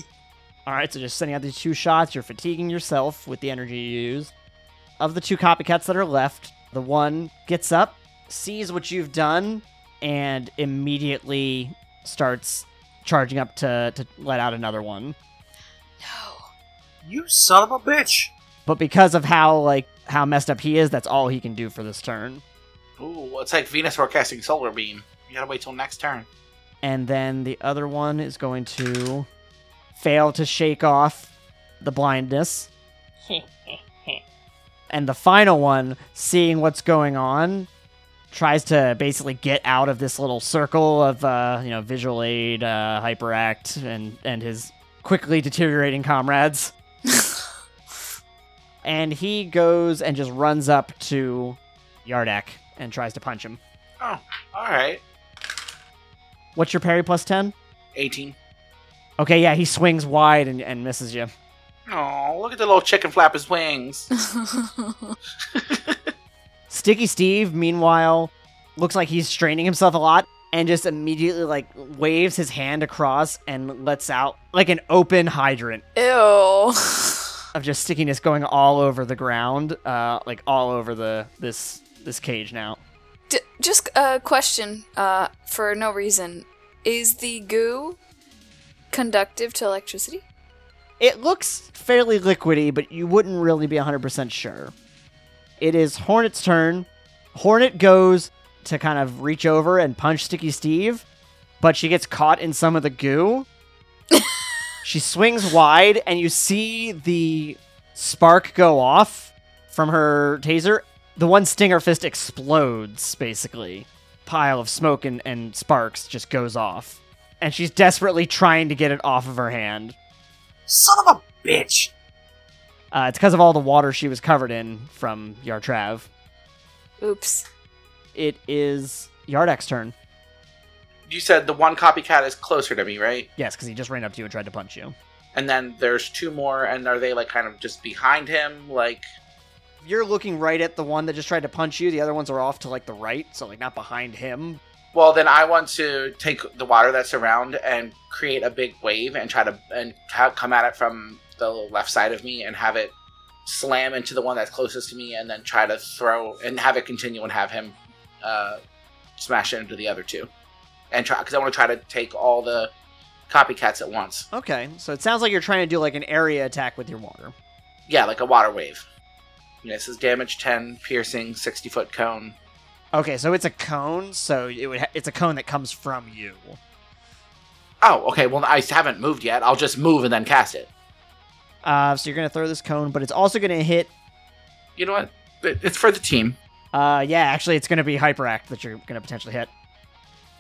Speaker 2: All right, so just sending out these two shots. You're fatiguing yourself with the energy you use. Of the two copycats that are left, the one gets up, sees what you've done, and immediately starts charging up to, to let out another one.
Speaker 3: No.
Speaker 6: You son of a bitch.
Speaker 2: But because of how like how messed up he is, that's all he can do for this turn.
Speaker 5: Ooh, it's like Venus forecasting solar beam. You gotta wait till next turn.
Speaker 2: and then the other one is going to fail to shake off the blindness. and the final one, seeing what's going on, tries to basically get out of this little circle of uh, you know visual aid, uh, hyperact, and and his quickly deteriorating comrades. and he goes and just runs up to Yardak and tries to punch him.
Speaker 5: All right,
Speaker 2: What's your parry plus ten?
Speaker 5: eighteen.
Speaker 2: Okay, yeah, he swings wide and, and misses you.
Speaker 5: Oh, look at the little chicken flap his wings.
Speaker 3: <laughs>
Speaker 2: Sticky Steve, meanwhile, looks like he's straining himself a lot and just immediately like waves his hand across and lets out like an open hydrant
Speaker 3: Ew.
Speaker 2: of just stickiness going all over the ground, uh, like all over the this this cage now.
Speaker 3: D- just a question uh, for no reason. Is the goo conductive to electricity?
Speaker 2: It looks fairly liquidy, but you wouldn't really be 100% sure. It is Hornet's turn. Hornet goes to kind of reach over and punch Sticky Steve, but she gets caught in some of the goo. she swings wide, and you see the spark go off from her taser. The one stinger fist explodes, basically. Pile of smoke and, and sparks just goes off. And she's desperately trying to get it off of her hand.
Speaker 6: Son of a bitch.
Speaker 2: Uh, it's because of all the water she was covered in from Yartrav.
Speaker 3: Oops.
Speaker 2: It is Yardak's turn.
Speaker 5: You said the one copycat is closer to me, right?
Speaker 2: Yes, because he just ran up to you and tried to punch you.
Speaker 5: And then there's two more, and are they like kind of just behind him? Like,
Speaker 2: You're looking right at the one that just tried to punch you. The other ones are off to like the right, so like not behind him.
Speaker 5: well, then I want to take the water that's around and create a big wave and try to and ha come at it from the left side of me and have it slam into the one that's closest to me, and then try to throw and have it continue and have him uh, smash it into the other two, and try because I want to try to take all the copycats at once.
Speaker 2: Okay, so it sounds like you're trying to do like an area attack with your water.
Speaker 5: Yeah, like a water wave. Yeah, this is damage 10, piercing, 60 foot cone.
Speaker 2: Okay, so it's a cone, so it would ha- it's a cone that comes from you.
Speaker 5: Oh, okay, well, I haven't moved yet. I'll just move and then cast it.
Speaker 2: Uh, so you're gonna throw this cone, but it's also gonna hit.
Speaker 5: You know what? It- It's for the team.
Speaker 2: Uh, yeah, actually, it's gonna be Hyperact that you're gonna potentially hit.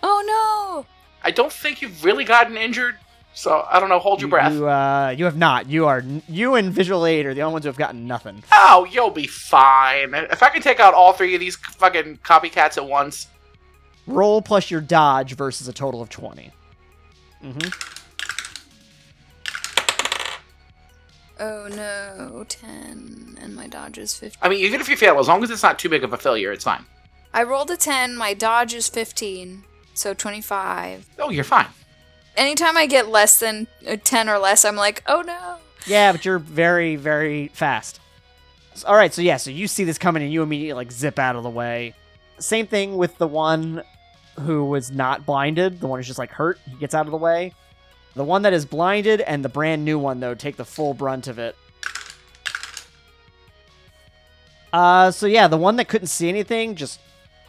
Speaker 3: Oh
Speaker 5: I don't think you've really gotten injured, so I don't know. Hold your breath.
Speaker 2: You, uh, you have not. You are you and Visual Aid are the only ones who have gotten nothing.
Speaker 5: Oh, you'll be fine. If I can take out all three of these fucking copycats at once,
Speaker 2: Roll plus your dodge versus a total of twenty. Mm-hmm.
Speaker 3: no. Oh no. 10. And my dodge is 15.
Speaker 5: I mean, even if you fail, as long as it's not too big of a failure, it's fine.
Speaker 3: I rolled a 10. My dodge is 15. So 25.
Speaker 5: Oh, you're fine.
Speaker 3: Anytime I get less than a 10 or less, I'm like, oh no.
Speaker 2: Yeah, but you're very very fast. S- All right, so yeah, so you see this coming and you immediately like zip out of the way. Same thing with the one who was not blinded. The one who's just like hurt. He gets out of the way. The one that is blinded and the brand new one though take the full brunt of it. Uh, so yeah, the one that couldn't see anything just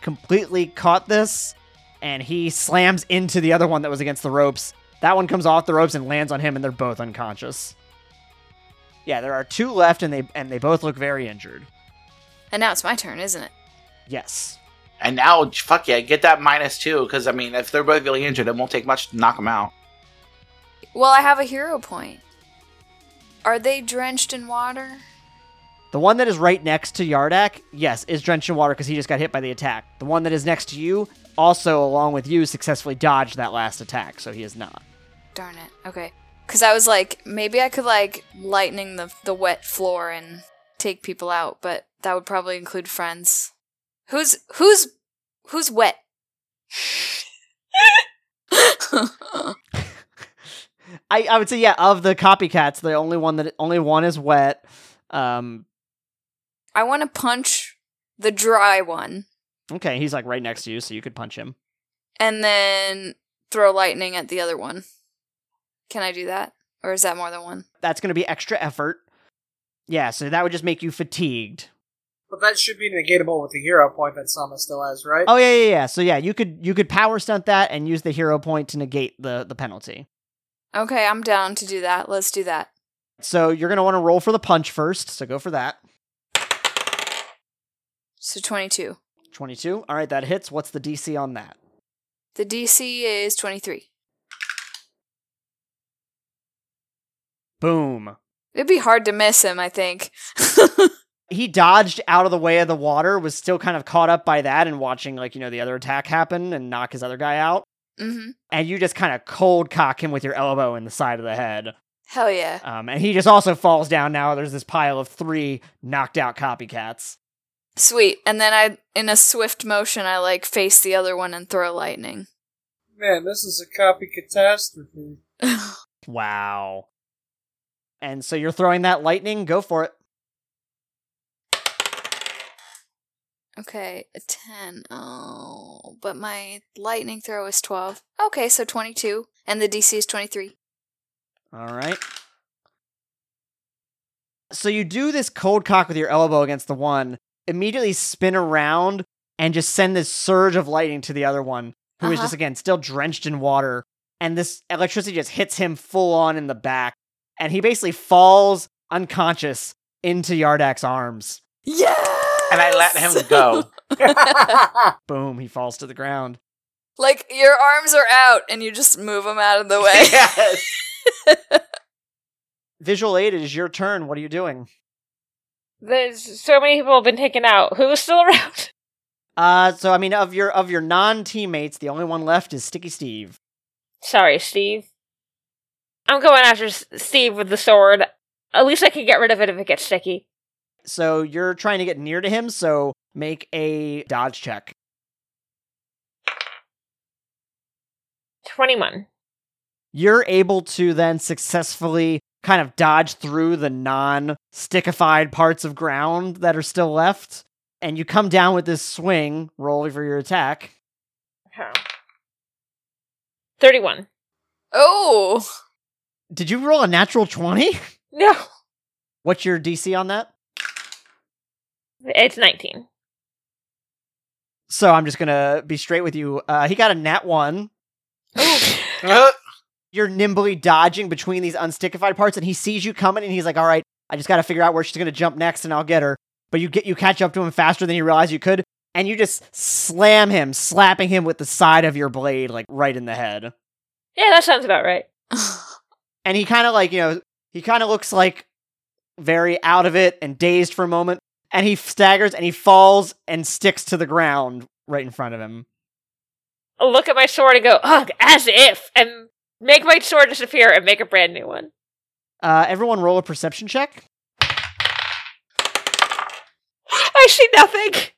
Speaker 2: completely caught this, and he slams into the other one that was against the ropes. That one comes off the ropes and lands on him, and they're both unconscious. Yeah, there are two left, and they and they both look very injured.
Speaker 3: And now it's my turn, isn't it?
Speaker 2: Yes.
Speaker 5: And now, fuck yeah, get that minus two, because I mean, if they're both really injured, it won't take much to knock them out.
Speaker 3: Well, I have a hero point. Are they drenched in water?
Speaker 2: The one that is right next to Yardak, yes, is drenched in water because he just got hit by the attack. The one that is next to you, also along with you, successfully dodged that last attack, so he is not.
Speaker 3: Darn it. Okay. Because I was like, maybe I could like lightning the the wet floor and take people out, but that would probably include friends. Who's who's who's wet? <laughs>
Speaker 2: I, I would say yeah. Of the copycats, the only one that only one is wet. Um,
Speaker 3: I want to punch the dry one
Speaker 2: okay, he's like right next to you, so you could punch him.
Speaker 3: and then throw lightning at the other one. Can I do that? Or is that more than one?
Speaker 2: That's going to be extra effort. Yeah, so that would just make you fatigued.
Speaker 7: But that should be negatable with the hero point that Sama still has, right?
Speaker 2: Oh yeah, yeah, yeah. So yeah, you could you could power stunt that and use the hero point to negate the the penalty.
Speaker 3: Okay, I'm down to do that. Let's do that.
Speaker 2: So you're going to want to roll for the punch first. So go for that.
Speaker 3: So 22.
Speaker 2: 22. All right, that hits. What's the DC on that?
Speaker 3: The DC is 23.
Speaker 2: Boom.
Speaker 3: It'd be hard to miss him, I think.
Speaker 2: He dodged out of the way of the water, was still kind of caught up by that and watching like, you know, the other attack happen and knock his other guy out.
Speaker 3: hmm
Speaker 2: And you just kind of cold cock him with your elbow in the side of the head.
Speaker 3: Hell yeah.
Speaker 2: Um, and he just also falls down now. There's this pile of three knocked out copycats.
Speaker 3: Sweet. And then I, in a swift motion, I like face the other one and throw lightning. <laughs>
Speaker 7: Man, this is a copy catastrophe.
Speaker 2: Wow. And so you're throwing that lightning. Go for it.
Speaker 3: Okay, a 10. Oh, but my lightning throw is 12. Okay, so 22. And the DC is 23.
Speaker 2: All right. So you do this cold cock with your elbow against the one, immediately spin around and just send this surge of lightning to the other one, who is
Speaker 3: Uh-huh.
Speaker 2: just again still drenched in water. And this electricity just hits him full on in the back. And he basically falls unconscious into Yardak's arms.
Speaker 3: Yeah!
Speaker 5: And I let him go.
Speaker 2: Boom, he falls to the ground.
Speaker 3: Like, your arms are out and you just move them out of the way.
Speaker 5: <laughs> yes.
Speaker 2: Visual aid, it is your turn. What are you doing?
Speaker 4: There's so many people have been taken out. Who's still <laughs> around?
Speaker 2: Uh, so I mean, of your of your non teammates, the only one left is Sticky Steve.
Speaker 4: Sorry, Steve. I'm going after S- Steve with the sword. At least I can get rid of it if it gets sticky.
Speaker 2: So you're trying to get near to him. So make a dodge check.
Speaker 4: 21.
Speaker 2: You're able to then successfully kind of dodge through the non stickified parts of ground that are still left, and you come down with this swing. Roll for your attack.
Speaker 4: Huh. 31.
Speaker 3: Oh! <sighs>
Speaker 2: Did you roll a natural twenty? <laughs>
Speaker 4: No.
Speaker 2: What's your DC on that?
Speaker 4: It's 19.
Speaker 2: So I'm just gonna be straight with you. Uh, he got a nat one,
Speaker 5: Uh,
Speaker 2: you're nimbly dodging between these unstickified parts, and he sees you coming, and he's like, "All right, I just got to figure out where she's gonna jump next, and I'll get her." But you get you catch up to him faster than you realize you could, and you just slam him, slapping him with the side of your blade, like right in the head.
Speaker 4: <laughs> Yeah, that sounds about right.
Speaker 2: And he kind of like you know he kind of looks like very out of it and dazed for a moment, and he staggers and he falls and sticks to the ground right in front of him.
Speaker 4: I'll look at my sword and go, ugh, as if, and make my sword disappear and make a brand new one. <gasps>
Speaker 2: Uh, everyone, roll a perception check.
Speaker 4: I see nothing. <laughs>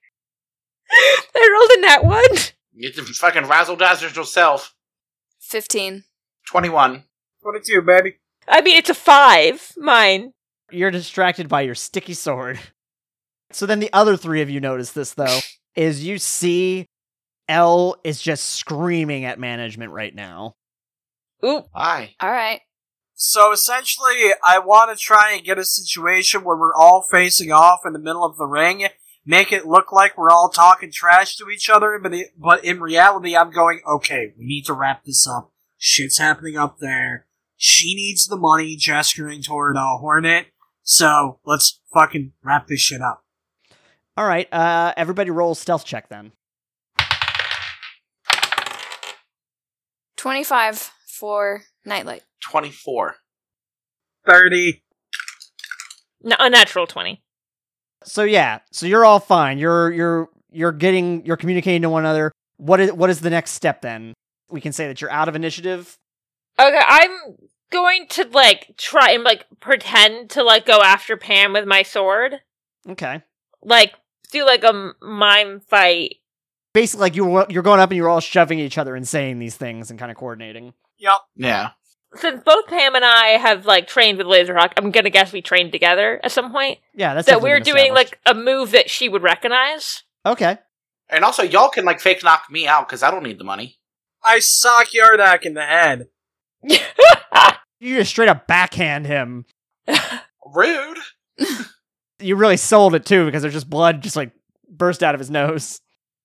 Speaker 4: I rolled a nat one.
Speaker 5: you can fucking razzle dazzle yourself.
Speaker 3: 15.
Speaker 5: 21.
Speaker 7: 22, baby.
Speaker 4: I mean, it's a five, mine.
Speaker 2: You're distracted by your sticky sword. So then the other three of you notice this though is you see L is just screaming at management right now.
Speaker 4: Ooh,
Speaker 5: Why?
Speaker 3: Alright.
Speaker 7: So essentially, I want to try and get a situation where we're all facing off in the middle of the ring, make it look like we're all talking trash to each other, but it, but in reality, I'm going, okay, we need to wrap this up. Shit's happening up there. She needs the money, gesturing toward uh, Hornet. So let's fucking wrap this shit up.
Speaker 2: All right, uh, everybody roll stealth check then.
Speaker 3: 25 for nightlight.
Speaker 5: 24.
Speaker 7: Thirty.
Speaker 4: n- a natural 20.
Speaker 2: So yeah, so you're all fine. You're you're you're getting you're communicating to one another. What is what is the next step then? We can say that you're out of initiative.
Speaker 4: Okay, I'm going to like try and like pretend to like go after Pam with my sword.
Speaker 2: Okay.
Speaker 4: Like do like a m- mime fight.
Speaker 2: Basically, like you're you're going up and you're all shoving each other and saying these things and kind of coordinating.
Speaker 7: Yep.
Speaker 5: Yeah.
Speaker 4: Since both Pam and I have like trained with Laser Hawk, I'm gonna guess we trained together at some point.
Speaker 2: Yeah, that's
Speaker 4: that
Speaker 2: definitely
Speaker 4: we're
Speaker 2: been
Speaker 4: doing
Speaker 2: established.
Speaker 4: like a move that she would recognize.
Speaker 2: okay.
Speaker 5: And also, y'all can like fake knock me out because I don't need the money.
Speaker 7: I sock Yardak in the head.
Speaker 2: You just straight up backhand him.
Speaker 5: Rude.
Speaker 2: You really sold it too because there's just blood just like burst out of his nose.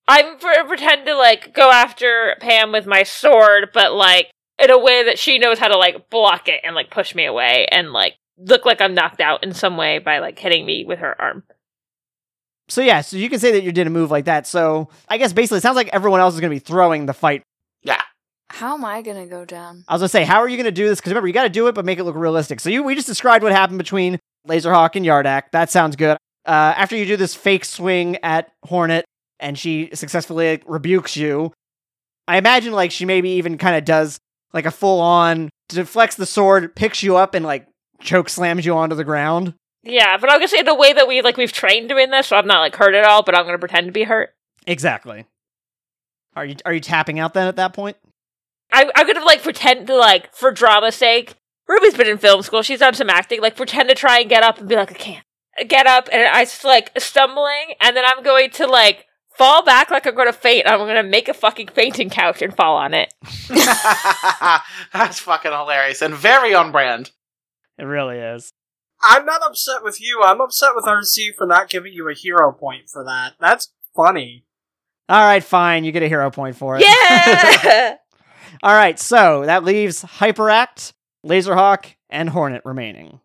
Speaker 4: I'm gonna pretend to like go after Pam with my sword, but like in a way that she knows how to like block it and like push me away and like look like I'm knocked out in some way by like hitting me with her arm.
Speaker 2: So yeah, so you can say that you did a move like that. So I guess basically it sounds like everyone else is going to be throwing the fight.
Speaker 3: How am I gonna go down?
Speaker 2: I was going to say, how are you going to do this? Because remember, you got to do it, but make it look realistic. So you, we just described what happened between Laserhawk and Yardak. That sounds good. Uh, after you do this fake swing at Hornet, and she successfully like, rebukes you, I imagine like she maybe even kind of does like a full on deflects the sword, picks you up, and like choke slams you onto the ground.
Speaker 4: Yeah, but I'm gonna say in a way that we like we've trained doing this, so I'm not like hurt at all, but I'm gonna pretend to be hurt.
Speaker 2: Exactly. Are you are you tapping out then at that point?
Speaker 4: I, I'm gonna like pretend to like for drama's sake. Ruby's been in film school; she's done some acting. Like pretend to try and get up and be like, I can't get up, and I s- like stumbling, and then I'm going to like fall back like I'm gonna faint. I'm gonna make a fucking fainting couch and fall on it.
Speaker 5: <laughs> That's fucking hilarious and very on brand.
Speaker 2: It really is.
Speaker 7: I'm not upset with you. I'm upset with RC for not giving you a hero point for that. That's funny.
Speaker 2: All right, fine. You get a hero point for it.
Speaker 4: Yeah.
Speaker 2: <laughs> All right, so that leaves Hyperact, Laserhawk, and Hornet remaining.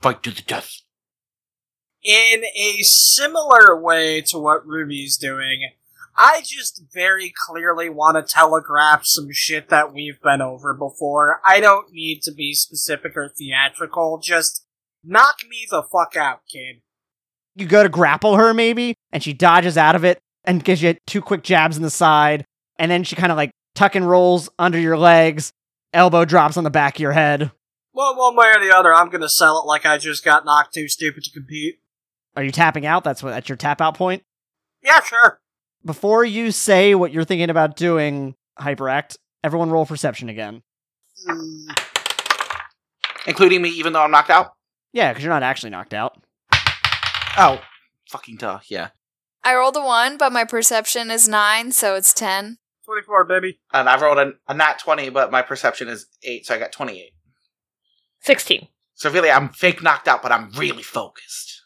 Speaker 5: Fight to the death.
Speaker 7: In a similar way to what Ruby's doing, I just very clearly want to telegraph some shit that we've been over before. I don't need to be specific or theatrical. Just knock me the fuck out, kid.
Speaker 2: You go to grapple her, maybe, and she dodges out of it and gives you two quick jabs in the side, and then she kind of like tuck and rolls under your legs, elbow drops on the back of your head.
Speaker 7: Well, one way or the other, I'm gonna sell it like I just got knocked too stupid to compete.
Speaker 2: Are you tapping out? That's what that's your tap out point.
Speaker 7: Yeah, sure.
Speaker 2: Before you say what you're thinking about doing, Hyperact, everyone roll perception again.
Speaker 5: Including me, even though I'm knocked out.
Speaker 2: Yeah, because you're not actually knocked out.
Speaker 5: Oh, fucking duh. Yeah.
Speaker 3: I rolled a one, but my perception is nine, so it's ten.
Speaker 2: <laughs>
Speaker 7: 24, baby.
Speaker 5: And I rolled a, a nat 20, but my perception is 8, so I got 28.
Speaker 4: Sixteen.
Speaker 5: So really, I'm fake knocked out, but I'm really focused.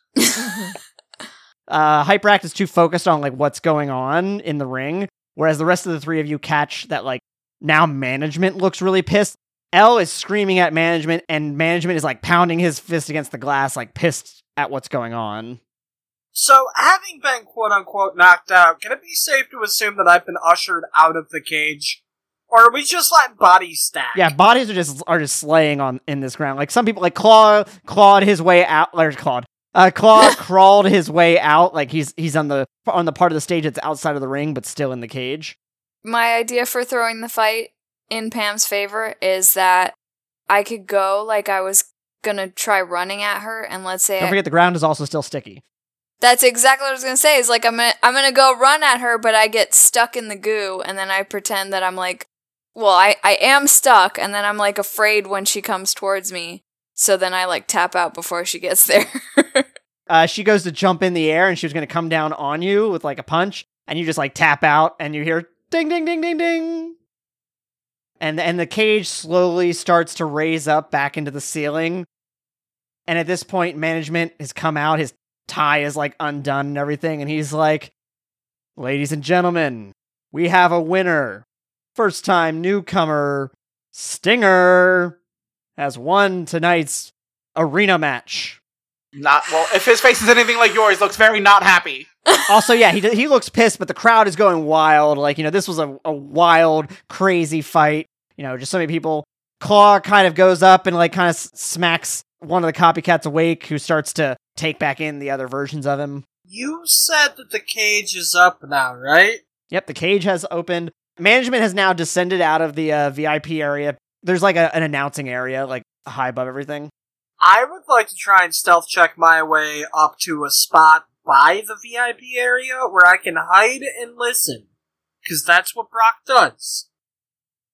Speaker 2: uh, Hyperact is too focused on like what's going on in the ring, whereas the rest of the three of you catch that like now management looks really pissed. L is screaming at management, and management is like pounding his fist against the glass, like pissed at what's going on.
Speaker 7: So, having been quote unquote knocked out, can it be safe to assume that I've been ushered out of the cage? Or are we just letting bodies stack?
Speaker 2: Yeah, bodies are just are just slaying on in this ground. Like some people, like claw clawed his way out, or clawed. Uh, claw crawled his way out, like he's he's on the on the part of the stage that's outside of the ring, but still in the cage.
Speaker 3: my idea for throwing the fight in Pam's favor is that I could go like I was gonna try running at her, and let's say
Speaker 2: Don't forget the ground is also still sticky.
Speaker 3: that's exactly what I was gonna say. Is like I'm gonna I'm gonna go run at her, but I get stuck in the goo, and then I pretend that I'm like, well, I I am stuck, and then I'm like afraid when she comes towards me. So then I like tap out before she gets <laughs> there.
Speaker 2: uh, she goes to jump in the air and she was going to come down on you with like a punch and you just like tap out and you hear ding ding ding ding ding and and the cage slowly starts to raise up back into the ceiling and at this point management has come out his tie is like undone and everything and he's like ladies and gentlemen we have a winner first time newcomer stinger has won tonight's arena match
Speaker 5: Not well. If his face is anything like yours, looks very not happy.
Speaker 2: also, yeah, he he looks pissed, but the crowd is going wild. Like you know, this was a, a wild, crazy fight. You know, just so many people. Claw kind of goes up and like kind of s- smacks one of the copycats awake who starts to take back in the other versions of him.
Speaker 7: You said that the cage is up now, right?
Speaker 2: Yep, the cage has opened. Management has now descended out of the uh, VIP area. There's like a, an announcing area, like high above everything.
Speaker 7: I would like to try and stealth check my way up to a spot by the VIP area where I can hide and listen. Because that's what Brock does.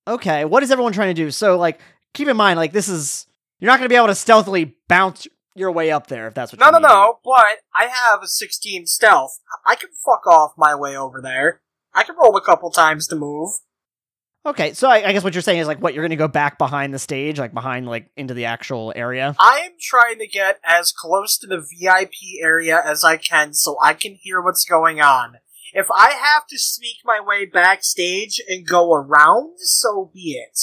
Speaker 2: Okay, what is everyone trying to do? So, like, keep in mind, like, this is. You're not going to be able to stealthily bounce your way up there if that's what
Speaker 7: No,
Speaker 2: you
Speaker 7: no,
Speaker 2: mean.
Speaker 7: no, but I have a 16 stealth. I can fuck off my way over there. I can roll a couple times to move.
Speaker 2: Okay, so I, I guess what you're saying is, like, what, you're going to go back behind the stage, like, behind, like, into the actual area?
Speaker 7: I am trying to get as close to the VIP area as I can so I can hear what's going on. If I have to sneak my way backstage and go around, so be it.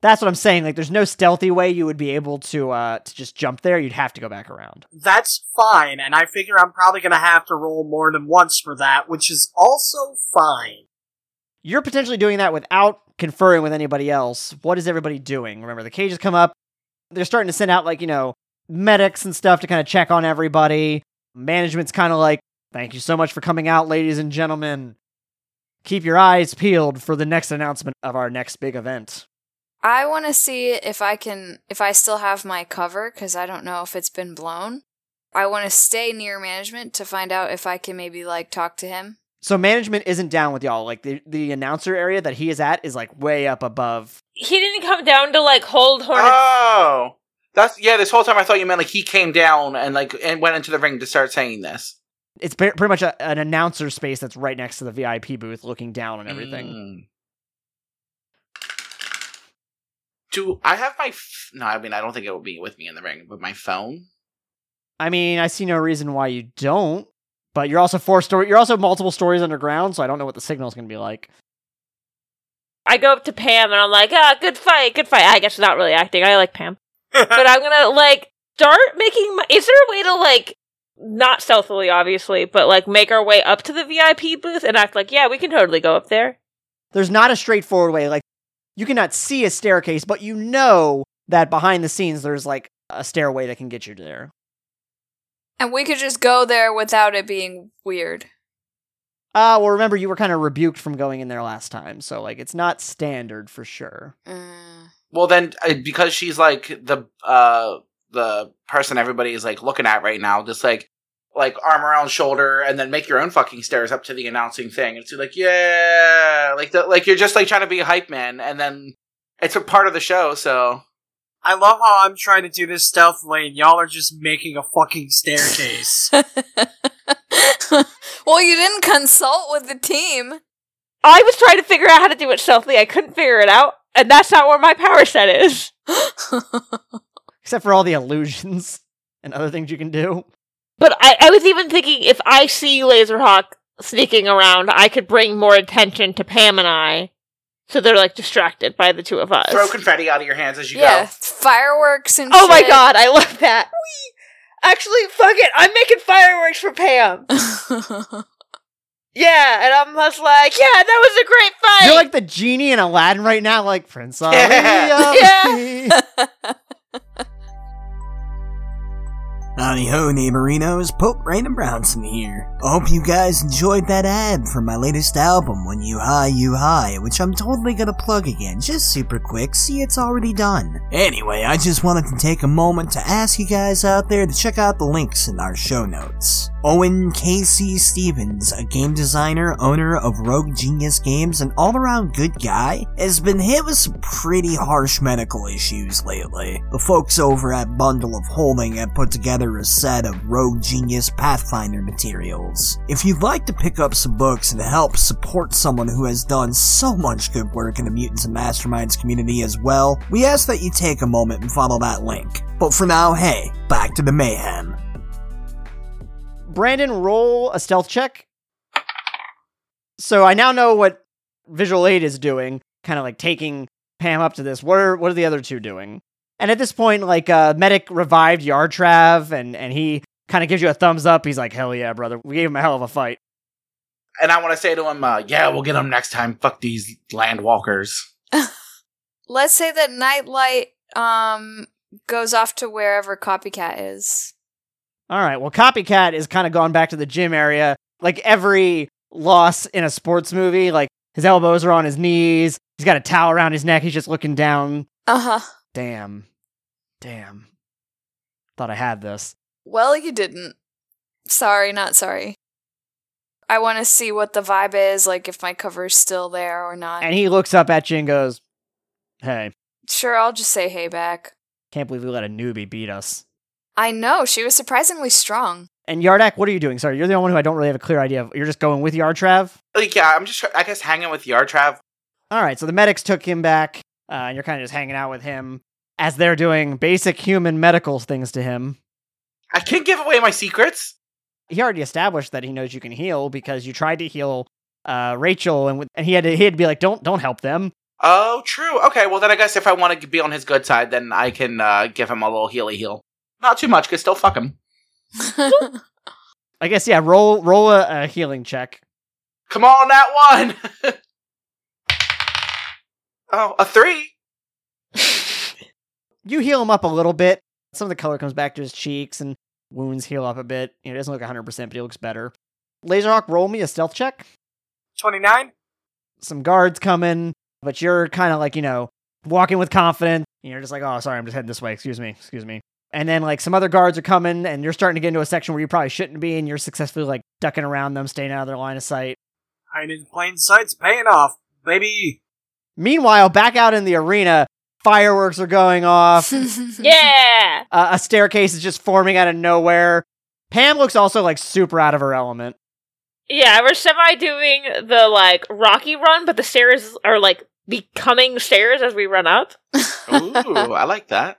Speaker 2: That's what I'm saying. Like, there's no stealthy way you would be able to uh to just jump there. You'd have to go back around.
Speaker 7: That's fine, and I figure I'm probably gonna have to roll more than once for that, which is also fine.
Speaker 2: You're potentially doing that without conferring with anybody else. What is everybody doing? Remember, the cages come up. They're starting to send out like you know medics and stuff to kind of check on everybody. Management's kind of like, thank you so much for coming out, ladies and gentlemen. Keep your eyes peeled for the next announcement of our next big event.
Speaker 3: I want to see if I can, if I still have my cover, because I don't know if it's been blown. I want to stay near management to find out if I can maybe like talk to him.
Speaker 2: So management isn't down with y'all. Like the the announcer area that he is at is like way up above
Speaker 4: He didn't come down to like hold Hornet's
Speaker 5: Oh, that's yeah. This whole time I thought you meant like he came down and like and went into the ring to start saying this.
Speaker 2: it's pre- pretty much a, an announcer space that's right next to the VIP booth, looking down on everything.
Speaker 5: Mm. Do I have my? F- no, I mean I don't think it will be with me in the ring, but my phone.
Speaker 2: I mean, I see no reason why you don't, but you're also four story. You're also multiple stories underground, so I don't know what the signal's going to be like.
Speaker 4: I go up to Pam and I'm like, ah, good fight, good fight. I guess not really acting. I like Pam. but I'm gonna like start making my is there a way to like not stealthily obviously, but like make our way up to the VIP booth and act like, yeah, we can totally go up there.
Speaker 2: There's not a straightforward way. Like you cannot see a staircase, but you know that behind the scenes there's like a stairway that can get you to there.
Speaker 3: And we could just go there without it being weird.
Speaker 2: Uh, well, remember you were kind of rebuked from going in there last time, so like it's not standard for sure.
Speaker 3: Mm. <laughs>
Speaker 5: Well, then uh, because she's like the uh the person everybody is like looking at right now, just like like arm around shoulder, and then make your own fucking stairs up to the announcing thing, and she's like, yeah, like the like you're just like trying to be a hype man, and then it's a part of the show, so.
Speaker 7: I love how I'm trying to do this stealthily and y'all are just making a fucking
Speaker 3: <laughs>
Speaker 7: staircase.
Speaker 3: well, you didn't consult with the team.
Speaker 4: I was trying to figure out how to do it stealthily. I couldn't figure it out, and that's not where my power set is.
Speaker 2: Except for all the illusions <laughs> and other things you can do.
Speaker 4: But I, I was even thinking if I see Laserhawk sneaking around, I could bring more attention to Pam and I. So they're like distracted by the two of us.
Speaker 5: Throw confetti out of your hands as you
Speaker 3: yeah,
Speaker 5: go.
Speaker 3: fireworks and
Speaker 4: Oh my
Speaker 3: shit.
Speaker 4: god, I love that. Whee! Actually, fuck it, I'm making fireworks for Pam.
Speaker 3: <laughs>
Speaker 4: Yeah, and I'm just like, yeah, that was a great fight.
Speaker 2: You're like the genie in Aladdin right now, like Prince Ali.
Speaker 5: Yeah.
Speaker 2: Ali."
Speaker 1: Howdy ho, neighborinos. Pope Brandon Brownson here. I hope you guys enjoyed that ad for my latest album, When You High, You High, which I'm totally gonna plug again, just super quick. See, it's already done. Anyway, I just wanted to take a moment to ask you guys out there to check out the links in our show notes. Owen K.C. Stevens, a game designer, owner of Rogue Genius Games, and all around good guy, has been hit with some pretty harsh medical issues lately. The folks over at Bundle of Holding have put together a set of Rogue Genius Pathfinder materials. If you'd like to pick up some books and help support someone who has done so much good work in the Mutants and Masterminds community as well, we ask that you take a moment and follow that link. But for now, hey, back to the mayhem.
Speaker 2: Brandon, roll a stealth check. So I now know what visual aid is doing, kind of like taking Pam up to this. What are what are the other two doing? And at this point, like uh, medic revived Yartrav, and and he kind of gives you a thumbs up. He's like, "Hell yeah, brother! We gave him a hell of a fight."
Speaker 5: And I want to say to him, uh, yeah, we'll get him next time. Fuck these land walkers.
Speaker 3: Let's say that Nightlight um goes off to wherever Copycat is.
Speaker 2: All right. Well, Copycat is kind of gone back to the gym area. Like every loss in a sports movie, like his elbows are on his knees. He's got a towel around his neck. He's just looking down.
Speaker 4: Uh-huh.
Speaker 3: Uh huh.
Speaker 2: Damn. Damn. Thought I had this.
Speaker 3: Well, you didn't. Sorry, not sorry. I want to see what the vibe is, like if my cover's still there or not.
Speaker 2: And he looks up at you and goes, Hey,
Speaker 3: sure, I'll just say hey back.
Speaker 2: can't believe we let a newbie beat us.
Speaker 3: I know, she was surprisingly strong.
Speaker 2: And Yardak, what are you doing? Sorry, you're the only one who I don't really have a clear idea of. You're just going with Yardtrav?
Speaker 5: Like, yeah, I'm just, I guess, hanging with Yard Trav.
Speaker 2: All right, so the medics took him back, uh, and you're kind of just hanging out with him as they're doing basic human medical things to him.
Speaker 5: I can't give away my secrets.
Speaker 2: He already established that he knows you can heal because you tried to heal uh, Rachel, and, and he had to he had to be like, "Don't don't help them."
Speaker 5: Oh, true. Okay, well, then I guess if I want to be on his good side, then I can uh, give him a little healy heal. Not too much, because still fuck him.
Speaker 2: I guess yeah. Roll roll a, a healing check.
Speaker 5: Come on, that one! <laughs> oh, a three?
Speaker 2: You heal him up a little bit. Some of the color comes back to his cheeks, and wounds heal up a bit. You know, it doesn't look 100, percent but he looks better. Laserhawk, roll me a stealth check.
Speaker 7: 29?
Speaker 2: some guards coming, but you're kind of like, you know, walking with confidence. And you're just like, oh, sorry, I'm just heading this way. Excuse me. Excuse me. And then like some other guards are coming and you're starting to get into a section where you probably shouldn't be and you're successfully like ducking around them, staying out of their line of sight.
Speaker 7: Hiding in plain sight's paying off, baby.
Speaker 2: Meanwhile, back out in the arena, fireworks are going
Speaker 3: <laughs>
Speaker 2: off.
Speaker 4: yeah.
Speaker 2: uh, a staircase is just forming out of nowhere. Pam looks also like super out of her element.
Speaker 4: Yeah, we're semi doing the like rocky run, but the stairs are like becoming stairs as we run up.
Speaker 5: Ooh, I like that.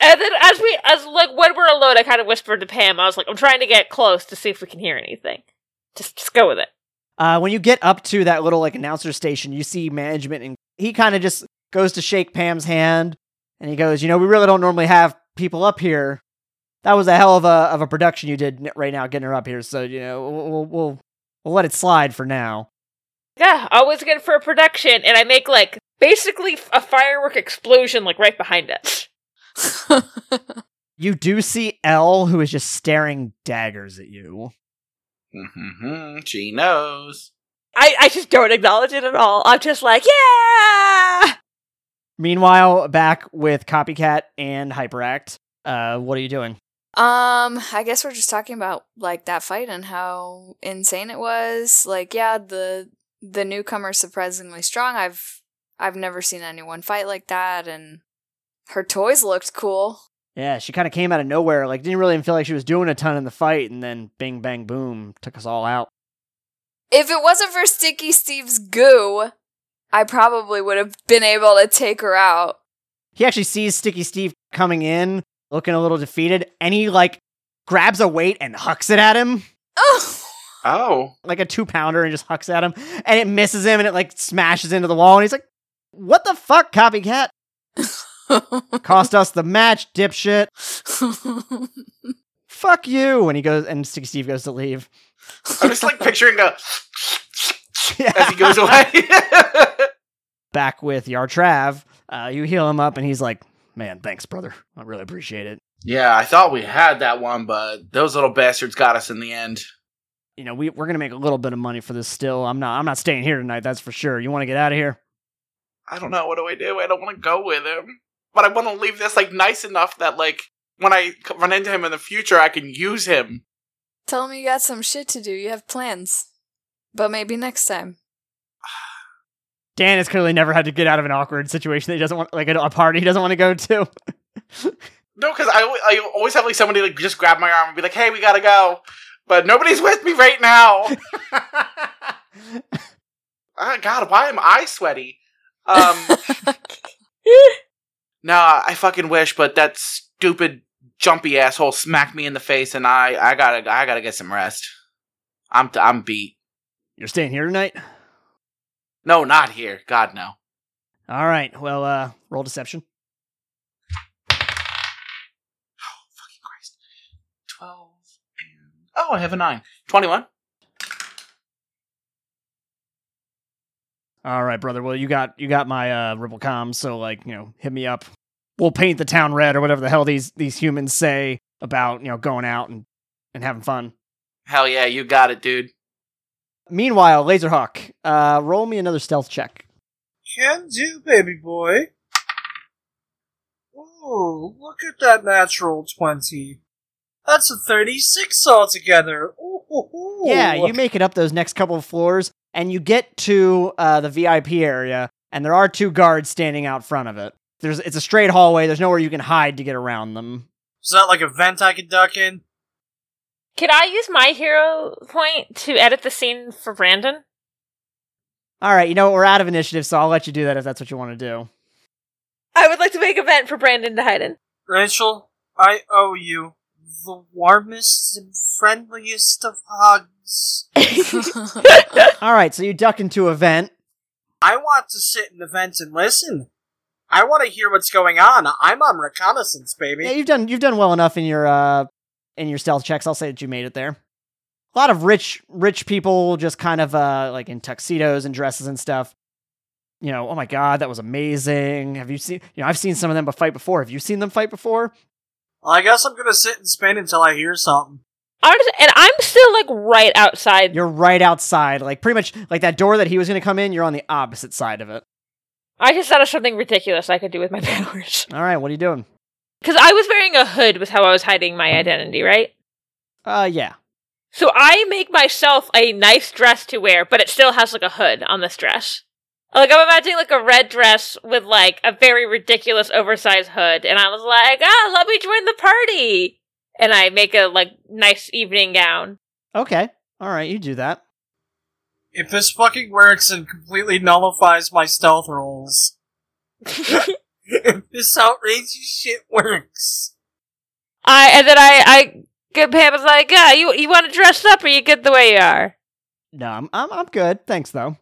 Speaker 4: And then as we as like when we're alone, I kind of whispered to Pam. I was like, I'm trying to get close to see if we can hear anything. Just just go with it.
Speaker 2: Uh, when you get up to that little like announcer station, you see management, and he kind of just goes to shake Pam's hand, and he goes, "You know, we really don't normally have people up here. That was a hell of a of a production you did n- right now, getting her up here. So you know, we'll we'll, we'll, we'll let it slide for now."
Speaker 4: Yeah, always good for a production, and I make like basically a firework explosion like right behind us.
Speaker 2: You do see Elle, who is just staring daggers at you.
Speaker 5: Mm-hmm. She knows.
Speaker 4: I, I just don't acknowledge it at all. I'm just like, yeah. <laughs>
Speaker 2: Meanwhile, back with Copycat and Hyperact, uh, what are you doing?
Speaker 3: <laughs> Um, I guess we're just talking about like that fight and how insane it was. Like, yeah, the the newcomer surprisingly strong. I've I've never seen anyone fight like that, and her toys looked cool.
Speaker 2: Yeah, she kind of came out of nowhere. Like, didn't really even feel like she was doing a ton in the fight, and then bing, bang, boom, took us all out.
Speaker 3: If it wasn't for Sticky Steve's goo, I probably would have been able to take her out.
Speaker 2: He actually sees Sticky Steve coming in, looking a little defeated, and he like grabs a weight and hucks it at him,
Speaker 3: Oh,
Speaker 5: Oh.
Speaker 2: like a two pounder, and just hucks at him, and it misses him, and it like smashes into the wall, and he's like, "What the fuck, copycat? Cost us the match, dipshit. Fuck you!" And he goes, and Sticky Steve goes to leave.
Speaker 5: I'm
Speaker 3: <laughs>
Speaker 5: just like picturing a as he goes away. <laughs>
Speaker 2: back with Yartrav. Uh, you heal him up, and he's like, "Man, thanks, brother. I really appreciate it."
Speaker 5: yeah, I thought we had that one, but those little bastards got us in the end.
Speaker 2: You know, we we're gonna make a little bit of money for this. Still, I'm not I'm not staying here tonight. That's for sure. You want to get out of here?
Speaker 5: I don't know. What do I do? I don't want to go with him, but I want to leave this like nice enough that like when I c- run into him in the future, I can use him.
Speaker 3: Tell me you got some shit to do. You have plans, but maybe next
Speaker 5: <laughs>
Speaker 3: time.
Speaker 2: Dan has clearly never had to get out of an awkward situation that he doesn't want, like a, a party he doesn't want to go to.
Speaker 5: No, because I, al- I always have like somebody like just grab my arm and be like, "Hey, we gotta go," but nobody's <laughs> with me right now. Ah, God, why am I sweaty? Um, nah, I fucking wish, but that stupid jumpy asshole smacked me in the face, and I, I gotta, I gotta get some rest. I'm, t- I'm beat.
Speaker 2: You're staying here tonight.
Speaker 5: No, not here. God, no.
Speaker 2: All right. Well, uh, roll deception.
Speaker 5: Christ. Twelve. and- Oh, I have a nine. Twenty-one.
Speaker 2: All right, brother. Well, you got you got my uh, Ripple comms, so like you know, hit me up. we'll paint the town red or whatever the hell these these humans say about you know going out and and having fun.
Speaker 5: Hell yeah, you got it, dude.
Speaker 2: Meanwhile, Laserhawk, uh, roll me another stealth check.
Speaker 7: Can do, baby boy. Ooh, look at that natural 20. That's a 36 altogether. Ooh, ooh, ooh.
Speaker 2: Yeah, you make it up those next couple of floors, and you get to uh, the VIP area, and there are two guards standing out front of it. There's it's a straight hallway. There's nowhere you can hide to get around them.
Speaker 7: Is that like a vent I can duck in?
Speaker 4: Can I use my hero point to edit the scene for Brandon?
Speaker 2: All right, you know what? We're out of initiative, so I'll let you do that if that's what you want to do.
Speaker 4: I would like to make a vent for Brandon to <laughs> hide in.
Speaker 7: Rachel, I owe you the warmest and friendliest of hugs.
Speaker 2: All right, so you duck into a vent.
Speaker 7: I want to sit in the vent and listen. I want to hear what's going on. I'm on reconnaissance, baby.
Speaker 2: Yeah, you've done you've done well enough in your uh in your stealth checks. I'll say that you made it there. A lot of rich rich people just kind of uh like in tuxedos and dresses and stuff. You know, oh my god, that was amazing. Have you seen you know, I've seen some of them fight before. Have you seen them fight before?
Speaker 7: Well, I guess I'm gonna sit and spin until I hear something.
Speaker 4: Honestly, and I'm still like right outside.
Speaker 2: You're right outside, like pretty much like that door that he was going to come in, you're on the opposite side of it.
Speaker 4: I just thought of something ridiculous I could do with my <laughs> powers.
Speaker 2: All right, what are you doing?
Speaker 4: Because I was wearing a hood with how I was hiding my identity, right?
Speaker 2: Uh yeah.
Speaker 4: So I make myself a nice dress to wear, but it still has like a hood on this dress. Like I'm imagining like a red dress with like a very ridiculous oversized hood, and I was like, ah, let me join the party. And I make a like nice evening gown. <laughs>
Speaker 2: Okay. All right, you do that.
Speaker 7: If this fucking works and completely nullifies my stealth rolls, if this outrageous shit works,
Speaker 4: I and then I I get Pam is like, yeah, you you want to dress up or you good the way you are.
Speaker 2: No, I'm I'm, I'm good. Thanks though.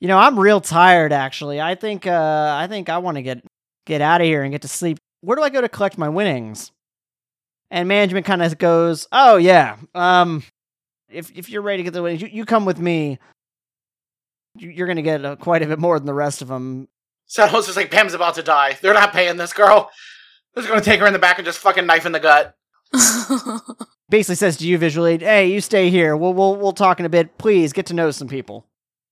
Speaker 2: You know, I'm real tired actually. I think uh I think I want to get get out of here and get to sleep. Where do I go to collect my winnings? And management kind of goes, "Oh yeah. Um if if you're ready to get the winnings, you, you come with me. You, you're going to get uh, quite a bit more than the rest of them."
Speaker 5: Sounds just like Pam's about to die. They're not paying this girl. They're just gonna take her in the back and just fucking knife in the gut.
Speaker 2: Basically says to you visually, "Hey, you stay here. We'll we'll we'll talk in a bit. Please get to know some people."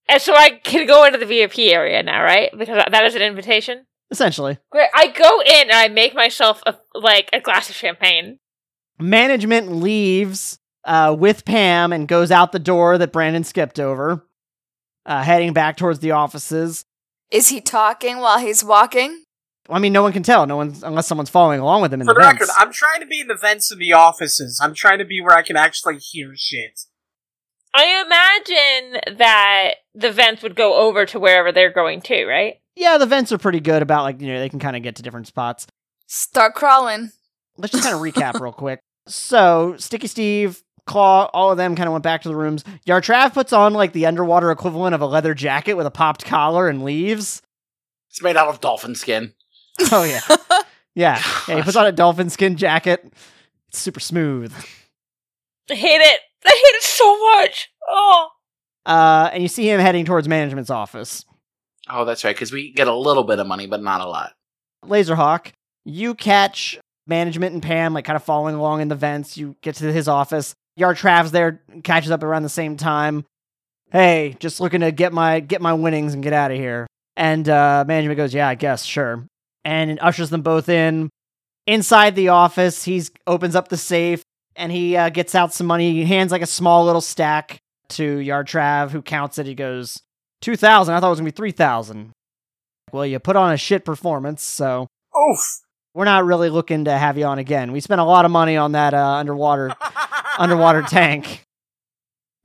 Speaker 4: And so I can go into the VIP area now, right? Because that is an invitation.
Speaker 2: Essentially.
Speaker 4: Great. I go in and I make myself a, like a glass of champagne.
Speaker 2: management leaves uh, with Pam and goes out the door that Brandon skipped over, uh, heading back towards the offices.
Speaker 3: Is he talking while he's walking?
Speaker 2: I mean, no one can tell, no one's unless someone's following along with him in
Speaker 7: for
Speaker 2: the
Speaker 7: the
Speaker 2: vents.
Speaker 7: record, I'm trying to be in the vents in the offices. I'm trying to be where I can actually hear shit.
Speaker 4: I imagine that the vents would go over to wherever they're going to, right?
Speaker 2: yeah, the vents are pretty good about like you know they can kind of get to different spots.
Speaker 3: Start crawling.
Speaker 2: Let's just kind of recap real quick. So Sticky Steve, Claw, all of them kind of went back to the rooms. Yartrav puts on like the underwater equivalent of a leather jacket with a popped collar and leaves.
Speaker 5: It's made out of dolphin skin.
Speaker 7: <laughs>
Speaker 2: Oh yeah, yeah. yeah he puts on a dolphin skin jacket. It's super smooth.
Speaker 4: I hate it. I hate it so much. Oh.
Speaker 2: Uh, and you see him heading towards management's office.
Speaker 5: Oh, that's right, because we get a little bit of money, but not a lot.
Speaker 2: Laserhawk, you catch management and Pam like kind of following along in the vents. You get to his office. Yard Trav's there, catches up around the same time. Hey, just looking to get my get my winnings and get out of here. And uh, management goes, yeah, I guess, sure. And it ushers them both in. Inside the office, he's opens up the safe and he uh, gets out some money. He hands like a small little stack to Yard Trav, who counts it. He goes, 2,000. I thought it was going to be 3,000. Well, you put on a shit performance, so
Speaker 7: Oof.
Speaker 2: we're not really looking to have you on again. We spent a lot of money on that uh, underwater <laughs>
Speaker 7: <laughs>
Speaker 2: underwater tank.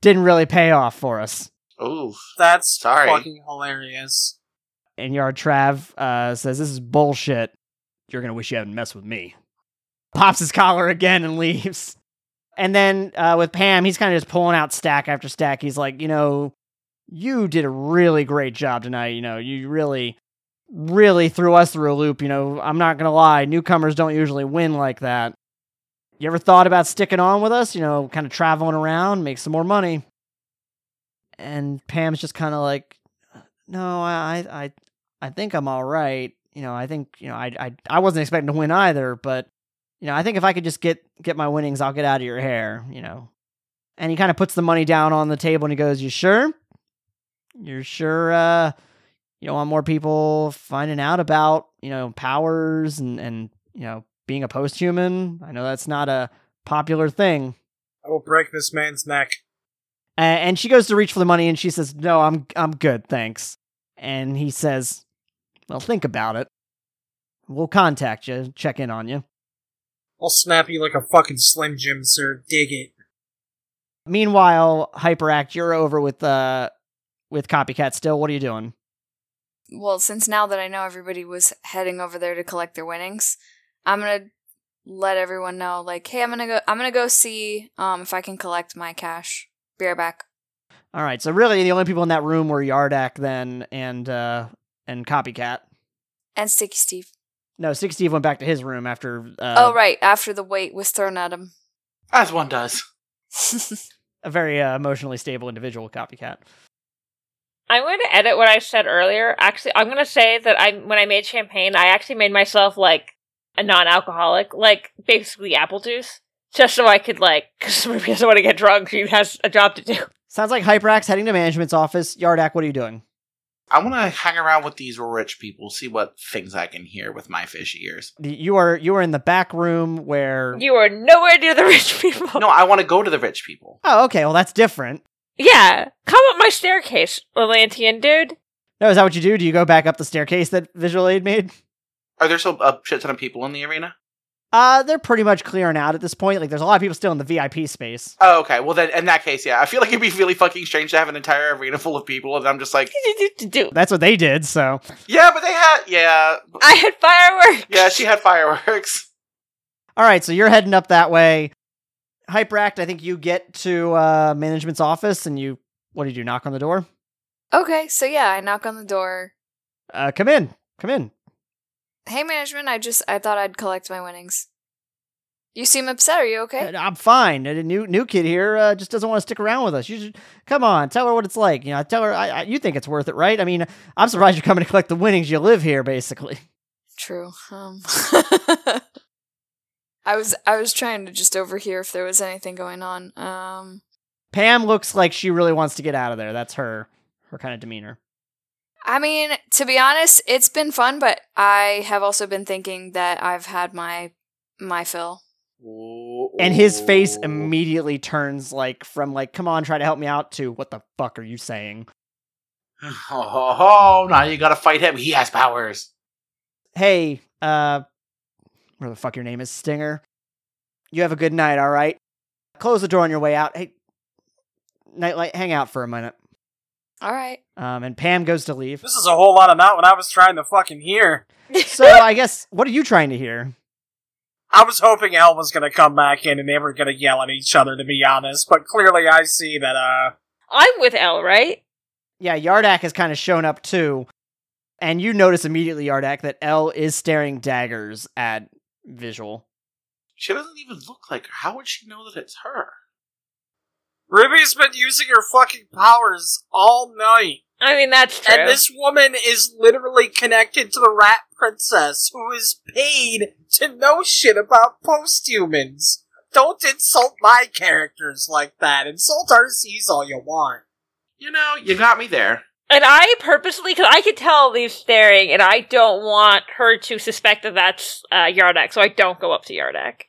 Speaker 2: Didn't really pay off for us.
Speaker 5: Ooh.
Speaker 7: That's
Speaker 5: Sorry.
Speaker 7: fucking hilarious.
Speaker 2: And Yard Trav uh, says, "This is bullshit. You're gonna wish you hadn't messed with me." Pops his collar again and <laughs> leaves. And then uh, with Pam, he's kind of just pulling out stack after stack. He's like, "You know, you did a really great job tonight. You know, you really, really threw us through a loop. You know, I'm not gonna lie, newcomers don't usually win like that. You ever thought about sticking on with us? You know, kind of traveling around, make some more money." And Pam's just kind of like, no, I, I, I think I'm all right. you know, I think you know, I I I wasn't expecting to win either, but you know, I think if I could just get get my winnings, I'll get out of your hair, you know. And he kind of puts the money down on the table and he goes, "You sure? You're sure? Uh, you don't want more people finding out about you know powers and and you know being a post human? I know that's not a popular thing."
Speaker 7: I will break this man's neck.
Speaker 2: A- Uh, and she goes to reach for the money and she says, "No, I'm I'm good, thanks." And he says, "Well, think about it. We'll contact you, check in on you."
Speaker 7: I'll snap you like a fucking Slim Jim, sir. Dig it.
Speaker 2: Meanwhile, Hyperact, you're over with uh with Copycat still. What are you doing?
Speaker 3: Well, since now that I know everybody was heading over there to collect their winnings, I'm gonna let everyone know, like, hey, I'm gonna go. I'm gonna go see um if I can collect my cash. Be right back.
Speaker 2: All right, so really the only people in that room were Yardak then and uh and Copycat.
Speaker 3: And Sticky Steve.
Speaker 2: No, Six Steve went back to his room after uh,
Speaker 3: oh right, after the weight was thrown at him. <laughs>
Speaker 5: As one does.
Speaker 2: a very uh, emotionally stable individual Copycat.
Speaker 4: I'm going to edit what I said earlier. Actually, I'm going to say that I when I made champagne, I actually made myself like a non-alcoholic, like basically apple juice, just so I could like because <laughs> somebody doesn't want to get drunk. She has a job to do.
Speaker 2: Sounds like Hyperax heading to management's office. Yardak, what are you doing?
Speaker 5: I want to hang around with these rich people, see what things I can hear with my fish ears.
Speaker 2: The- You are you are in the back room where
Speaker 4: You are nowhere near the rich <laughs> people.
Speaker 5: No, I want to go to the rich people.
Speaker 2: Oh, okay. Well, that's different.
Speaker 4: Yeah, come up my staircase, Atlantean <laughs> dude.
Speaker 2: No, is that what you do? Do you go back up the staircase that visual aid made?
Speaker 5: Are there still a shit ton of people in the arena?
Speaker 2: Uh, they're pretty much clearing out at this point. Like, there's a lot of people still in the VIP space.
Speaker 5: Oh, okay. Well, then in that case, yeah, I feel like it'd be really fucking strange to have an entire arena full of people, and I'm just like,
Speaker 2: That's what they did. So,
Speaker 5: yeah, but they had, yeah,
Speaker 4: I had fireworks.
Speaker 5: yeah, she had fireworks.
Speaker 2: all right. So you're heading up that way. Hyperact, I think you get to uh, management's office and you. What did you knock on the door?
Speaker 3: Okay, so yeah, I knock on the door.
Speaker 2: Uh, come in. Come in.
Speaker 3: Hey management, I just I thought I'd collect my winnings. You seem upset. Are you okay?
Speaker 2: Uh, I'm fine. A new new kid here uh, just doesn't want to stick around with us. You should come on. Tell her what it's like. You know, tell her I, I, you think it's worth it, right? I mean, I'm surprised you're coming to collect the winnings. You live here, basically.
Speaker 3: True. Um <laughs> I was I was trying to just overhear if there was anything going on. Um
Speaker 2: Pam looks like she really wants to get out of there. That's her her kind of demeanor.
Speaker 3: I mean, to be honest, it's been fun, but I have also been thinking that I've had my my fill.
Speaker 2: And his face immediately turns like from like, come on, try to help me out to what the fuck are you saying?
Speaker 5: Oh, oh, oh, now you gotta fight him. He has powers.
Speaker 2: Hey, uh where the fuck your name is, Stinger. You have a good night, alright? Close the door on your way out. Hey Nightlight, hang out for a minute.
Speaker 3: All right.
Speaker 2: Um and Pam goes to leave.
Speaker 7: This is a whole lot of not what I was trying to fucking hear.
Speaker 2: So I guess what are you trying to hear?
Speaker 7: I was hoping El was gonna come back in and they were gonna yell at each other, to be honest, but clearly I see that, uh,
Speaker 4: <laughs> I'm with L, right?
Speaker 2: Yeah, Yardak has kind of shown up too. And you notice immediately, Yardak, that L is staring daggers at Visual.
Speaker 5: She doesn't even look like her. How would she know that it's her?
Speaker 7: Ruby's been using her fucking powers all night.
Speaker 4: I mean, that's true.
Speaker 7: And this woman is literally connected to the Rat Princess, who is paid to know shit about posthumans. Don't insult my characters like that. Insult RCs all you want.
Speaker 5: You know, you got me there.
Speaker 4: and I purposely, because I could tell Lee's staring, and I don't want her to suspect that that's uh, Yardak, so I don't go up to Yardak.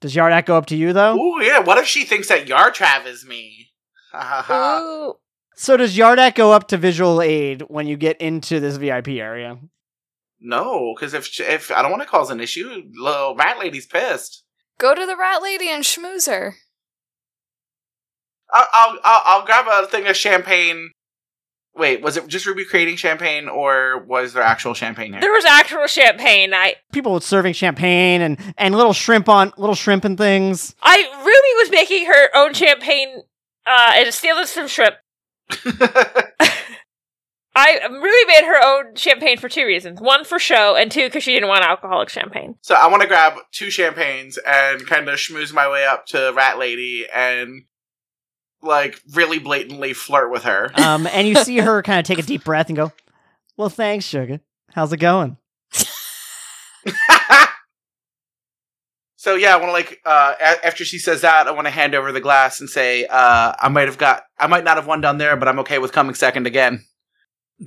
Speaker 2: Does Yardak go up to you though?
Speaker 5: Ooh, yeah. What if she thinks that Yartrav is me? Ha ha ha.
Speaker 4: Ooh.
Speaker 2: So does Yardak go up to visual aid when you get into this VIP area?
Speaker 5: No, because if she, if I don't want to cause an issue, little rat lady's pissed.
Speaker 3: Go to the rat lady and schmooze her. <laughs>
Speaker 5: I'll, I'll I'll I'll grab a thing of champagne. Wait, was it just Ruby creating champagne, or was there actual champagne here?
Speaker 4: There was actual champagne. I
Speaker 2: People serving champagne and and little shrimp on little shrimp and things.
Speaker 4: I Ruby was making her own champagne uh, and stealing some shrimp.
Speaker 5: <laughs>
Speaker 4: I Ruby made her own champagne for two reasons: one for show, and two because she didn't want alcoholic champagne.
Speaker 5: so I want to grab two champagnes and kind of schmooze my way up to Rat Lady and like
Speaker 2: <laughs>
Speaker 5: really blatantly flirt with her.
Speaker 2: Um, and you see her kind of take a deep breath and go, "Well, thanks, sugar." How's it going?
Speaker 5: so yeah, I want to like uh, a- after she says that, I want to hand over the glass and say uh, I might have got, I might not have won down there, but I'm okay with coming second
Speaker 2: <laughs>
Speaker 5: again. <laughs>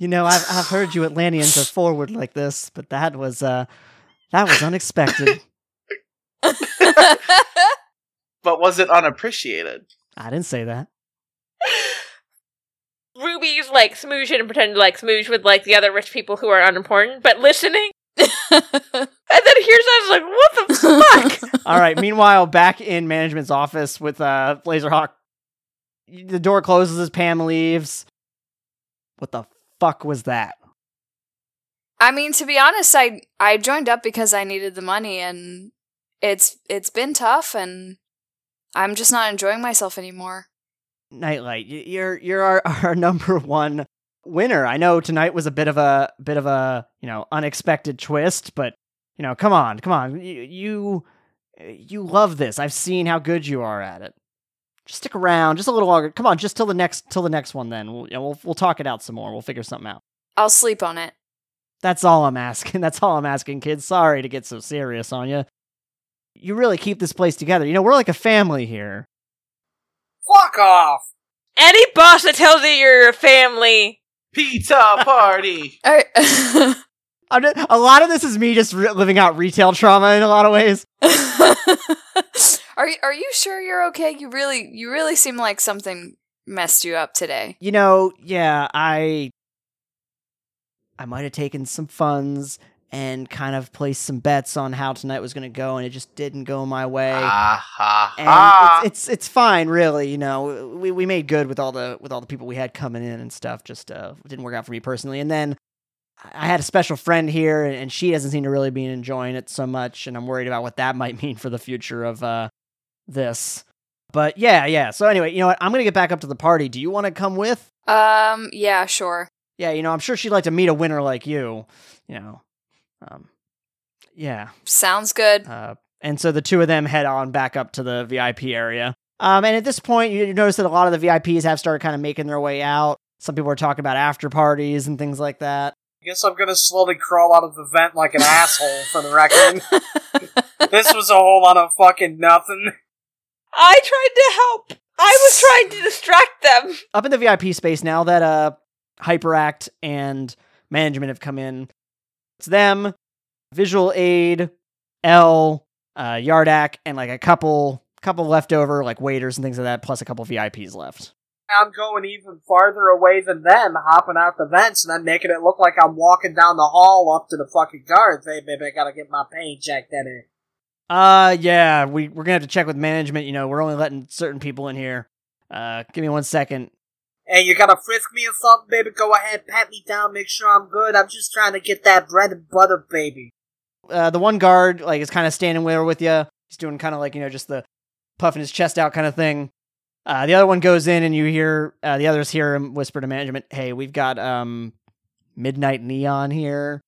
Speaker 2: You know, I've I've heard you Atlanteans are forward like this, but that was uh that was unexpected.
Speaker 5: But was it unappreciated?
Speaker 2: I didn't say that.
Speaker 4: Ruby's like smooching and pretending to like smooch with like the other rich people who are unimportant, but listening. And then here's us like, what the fuck?
Speaker 2: All right. Meanwhile, back in management's office with uh Blazerhawk, the door closes as Pam leaves. What the fuck was that?
Speaker 3: I mean, to be honest, I I joined up because I needed the money, and it's it's been tough, and I'm just not enjoying myself anymore.
Speaker 2: Nightlight, y- you're you're our, <laughs> our number one winner. I know tonight was a bit of a bit of a you know unexpected twist, but you know, come on, come on, you you, you love this. I've seen how good you are at it. Just stick around, just a little longer. Come on, just till the next till the next one. Then we'll you know, we'll, we'll talk it out some more. We'll figure something out.
Speaker 3: I'll sleep on it.
Speaker 2: That's all I'm asking. <laughs> That's all I'm asking, kids. Sorry to get so serious on you. You really keep this place together. You know, we're like a family here.
Speaker 6: Fuck off!
Speaker 4: Any boss that tells you you're a family.
Speaker 5: Pizza
Speaker 2: <laughs>
Speaker 5: party.
Speaker 3: All
Speaker 2: I'm ju- a lot of this is me just re- living out retail trauma in a lot of ways.
Speaker 3: right. <laughs> are you are you sure you're okay? You really you really seem like something messed you up today.
Speaker 2: You know, yeah, I I might have taken some funds and kind of placed some bets on how tonight was going to go and it just didn't go my way.
Speaker 5: Ah ha
Speaker 2: and
Speaker 5: ha.
Speaker 2: it's, it's it's fine, really. You know, we we made good with all the with all the people we had coming in and stuff. Just uh, didn't work out for me personally. And then I I had a special friend here, and, and she doesn't seem to really be enjoying it so much. And I'm worried about what that <laughs> might mean for the future of uh, this. But yeah, yeah. So anyway, you know what? I'm gonna get back up to the party. Do you want to come with?
Speaker 3: Um. Yeah. Sure.
Speaker 2: Yeah, you know, I'm sure she'd like to meet a winner like you. You know, um, yeah.
Speaker 3: Sounds good.
Speaker 2: <laughs> Uh, and so the two of them head on back up to the VIP area. Um, and at this point, you you notice that a lot of the VIPs have started kind of making their way out. Some people are talking about after parties and things like that.
Speaker 7: Guess I'm gonna slowly crawl out of the vent like an asshole for the record. This was a whole lot of fucking nothing.
Speaker 4: I tried to help. I was trying to distract them.
Speaker 2: Up in the VIP space now that uh, Hyperact and management have come in. It's them, Visual Aid, L, uh, Yardak, and like a couple couple leftover like waiters and things like that, plus a couple VIPs left.
Speaker 7: I'm going even farther away than them, hopping out the vents and then making it look like I'm walking down the hall up to the fucking guards. Hey, baby, I gotta get my eh? pain checked in here.
Speaker 2: Uh, yeah, we we're gonna have to check with management. You know, we're only letting certain people in here. Uh, give me one second.
Speaker 7: Hey, you gotta frisk me or something, baby? Go ahead, pat me down, make sure I'm good. I'm just trying to get that bread and butter, baby.
Speaker 2: Uh, the one guard like is kind of standing there with you. He's doing kind of like you know just the puffing his chest out kind of thing. Uh, the other one goes in, and you hear uh, the others hear him whisper to management, "Hey, we've got um midnight neon here.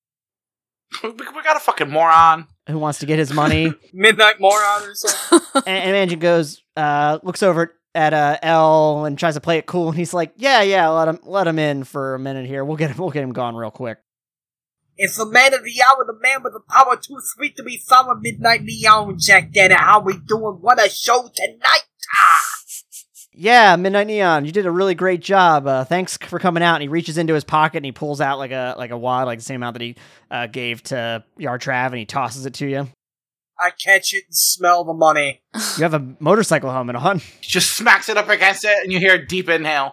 Speaker 5: we, we got a fucking moron.
Speaker 2: Who wants to get his money?"
Speaker 7: Midnight moron or something?
Speaker 2: and, and management goes, uh, looks over at uh L and tries to play it cool, and he's like, "Yeah, yeah, let him let him in for a minute here. We'll get him, we'll get him gone real quick."
Speaker 7: It's the man of the hour, the man with the power too sweet to be sour, Midnight Neon Jack Daddy. How we doing? What a show tonight!
Speaker 2: Yeah, Midnight Neon, you did a really great job. Uh, thanks for coming out. And he reaches into his pocket and he pulls out like a like a wad, like the same amount that he uh, gave to Yartrav, and he tosses it to you.
Speaker 7: I catch it and smell the money.
Speaker 2: You have a motorcycle helmet on. <laughs>
Speaker 5: Just smacks it up against it, and you hear a deep inhale.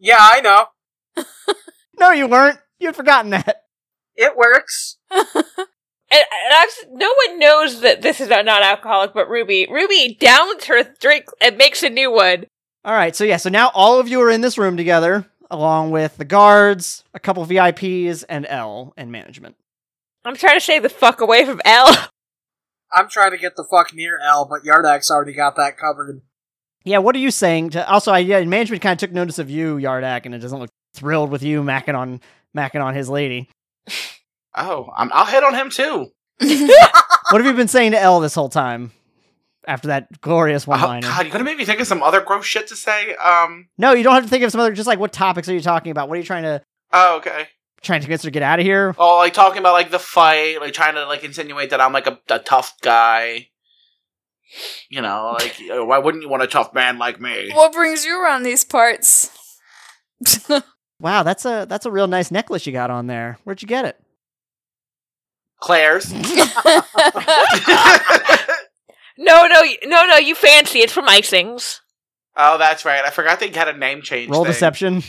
Speaker 7: Yeah, I know.
Speaker 2: no, you weren't. You had forgotten that.
Speaker 7: It works.
Speaker 4: And, and I've, s- no one knows that this is not alcoholic, but Ruby. Ruby downs her drink and makes a new one.
Speaker 2: All right, so yeah, so now all of you are in this room together, along with the guards, a couple VIPs, and L and management.
Speaker 4: I'm trying to stay the fuck away from L. <laughs>
Speaker 7: I'm trying to get the fuck near L, but Yardak's already got that covered.
Speaker 2: Yeah, what are you saying? To also, I, yeah, management kind of took notice of you, Yardak, and it doesn't look thrilled with you macking on macking on his lady.
Speaker 5: Oh, I'm, I'll hit on him too.
Speaker 2: what have you been saying to L this whole time? after that glorious one
Speaker 5: Oh,
Speaker 2: liner.
Speaker 5: God, you're gonna make me think of some other gross shit to say. Um.
Speaker 2: no, you don't have to think of some other. Just like, what topics are you talking about? What are you trying to
Speaker 5: Oh, okay.
Speaker 2: trying to convince her to get out of here?
Speaker 5: Oh, like talking about like the fight, like trying to like insinuate that I'm like a, a tough guy. You know, like uh, why wouldn't you want a tough man like me?
Speaker 3: <laughs> What brings you around these parts? <laughs>
Speaker 2: Wow, that's a that's a real nice necklace you got on there. Where'd you get it?
Speaker 5: Claire's. <laughs>
Speaker 4: No, no, y- no, no. You fancy it's from Icings.
Speaker 5: oh, that's right. I forgot they had a name change.
Speaker 2: Roll
Speaker 5: thing.
Speaker 2: deception.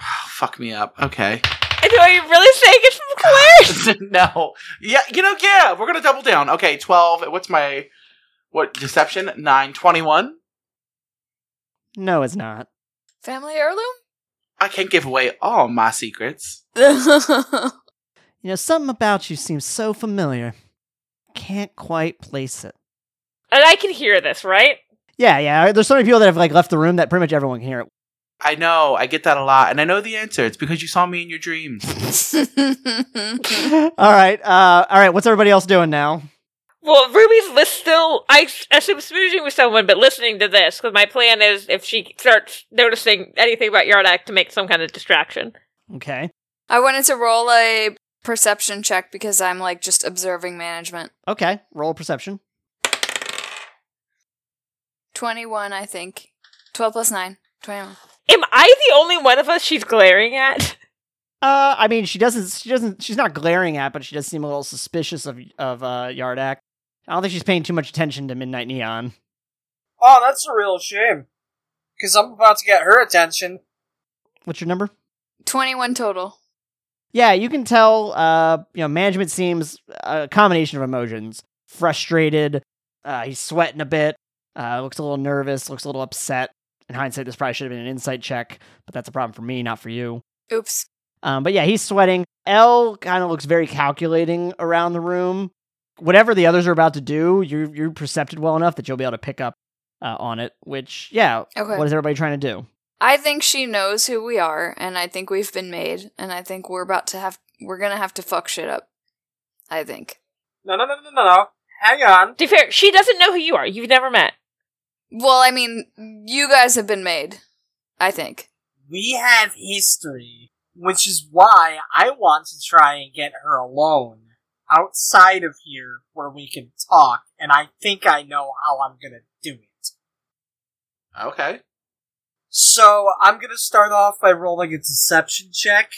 Speaker 5: Oh, <sighs> fuck me up. Okay.
Speaker 4: And are you really saying it's from Claire's?
Speaker 5: <laughs> no. Yeah, you know, yeah, we're gonna double down. Okay, twelve. What's my what deception? Nine twenty-one.
Speaker 2: No, it's not.
Speaker 3: Family heirloom? <laughs>
Speaker 5: I can't give away all my secrets.
Speaker 2: You know, something about you seems so familiar. Can't quite place it.
Speaker 4: And I can hear this, right?
Speaker 2: Yeah, yeah. There's so many people that have like left the room that pretty much everyone can hear it. <laughs>
Speaker 5: I know, I get that a lot, and I know the answer. It's because you saw me in your dreams.
Speaker 2: all right, uh, all right. What's everybody else doing now?
Speaker 4: Well, Ruby's list still. I s- assume smoozing with someone, but listening to this because my plan is if she starts noticing anything about Yardak to make some kind of distraction.
Speaker 2: Okay,
Speaker 3: I wanted to roll a perception check because I'm like just observing management.
Speaker 2: okay. Roll perception.
Speaker 3: 21, I think. 12 plus 9. 21.
Speaker 4: Am I the only one of us she's glaring at?
Speaker 2: Uh, I mean, she doesn't. She doesn't. She's not glaring at, but she does seem a little suspicious of of uh, Yardak. I don't think she's paying too much attention to Midnight Neon.
Speaker 7: Oh, that's a real shame. Because I'm about to get her attention.
Speaker 2: What's your number?
Speaker 3: 21 total.
Speaker 2: Yeah, you can tell. Uh, you know, management seems uh, a combination of emotions: frustrated, uh, he's sweating a bit, uh, looks a little nervous, looks a little upset. In hindsight, this probably should have been an insight check, but that's a problem for me, not for you.
Speaker 3: Oops.
Speaker 2: Um, but yeah, he's sweating. L kind of looks very calculating around the room. Whatever the others are about to do, you you percepted well enough that you'll be able to pick up uh, on it. Which, yeah,
Speaker 3: Okay.
Speaker 2: what is everybody trying to do?
Speaker 3: I think she knows who we are, and I think we've been made, and I think we're about to have. We're gonna have to fuck shit up. I think.
Speaker 7: No, no, no, no, no, no. Hang on.
Speaker 4: To be fair, she doesn't know who you are. You've never met.
Speaker 3: Well, I mean, you guys have been made. I think.
Speaker 7: We have history, which is why I want to try and get her alone outside of here where we can talk, and I think I know how I'm gonna do it.
Speaker 5: Okay.
Speaker 7: So I'm gonna start off by rolling a deception check.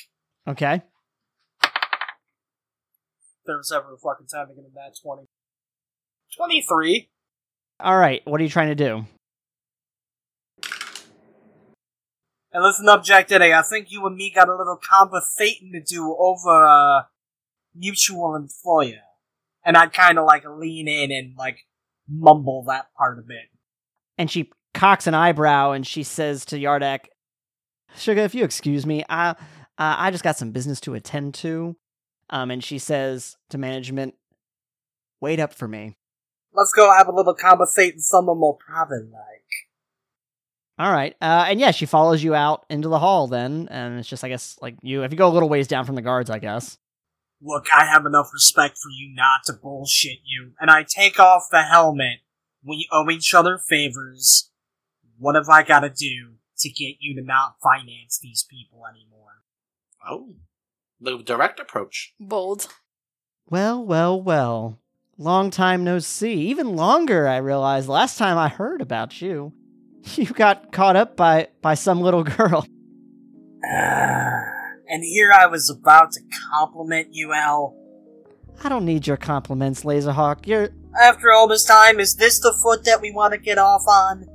Speaker 2: Okay,
Speaker 7: If there was ever a fucking time to get in that 20. 23.
Speaker 2: all right. What are you trying to do?
Speaker 7: And listen up, Jack Diddy, I think you and me got a little conversating to do over a mutual employer. And I'd kind of like lean in and like mumble that part of it.
Speaker 2: and she cocks an eyebrow and she says to Yardak, "Sugar, if you excuse me, I uh, I just got some business to attend to." Um, and she says to management, "Wait up for me."
Speaker 7: Let's go have a little conversating somewhere more private like.
Speaker 2: All right, uh, and yeah, she follows you out into the hall then, and it's just I guess like you if you go a little ways down from the guards, I guess.
Speaker 7: Look, I have enough respect for you not to bullshit you. And I take off the helmet. We owe each other favors. What have I gotta do to get you to not finance these people anymore?
Speaker 5: Oh, the direct approach. <laughs>
Speaker 3: Bold. <laughs>
Speaker 2: Well, well, well. Long time no see. Even longer, I realized. Last time I heard about you, <laughs> you got caught up by by some little <laughs> girl.
Speaker 7: and here I was about to compliment you, Al.
Speaker 2: I don't need your compliments, Laserhawk. You're
Speaker 7: After all this time, is this the foot that we want to get off on?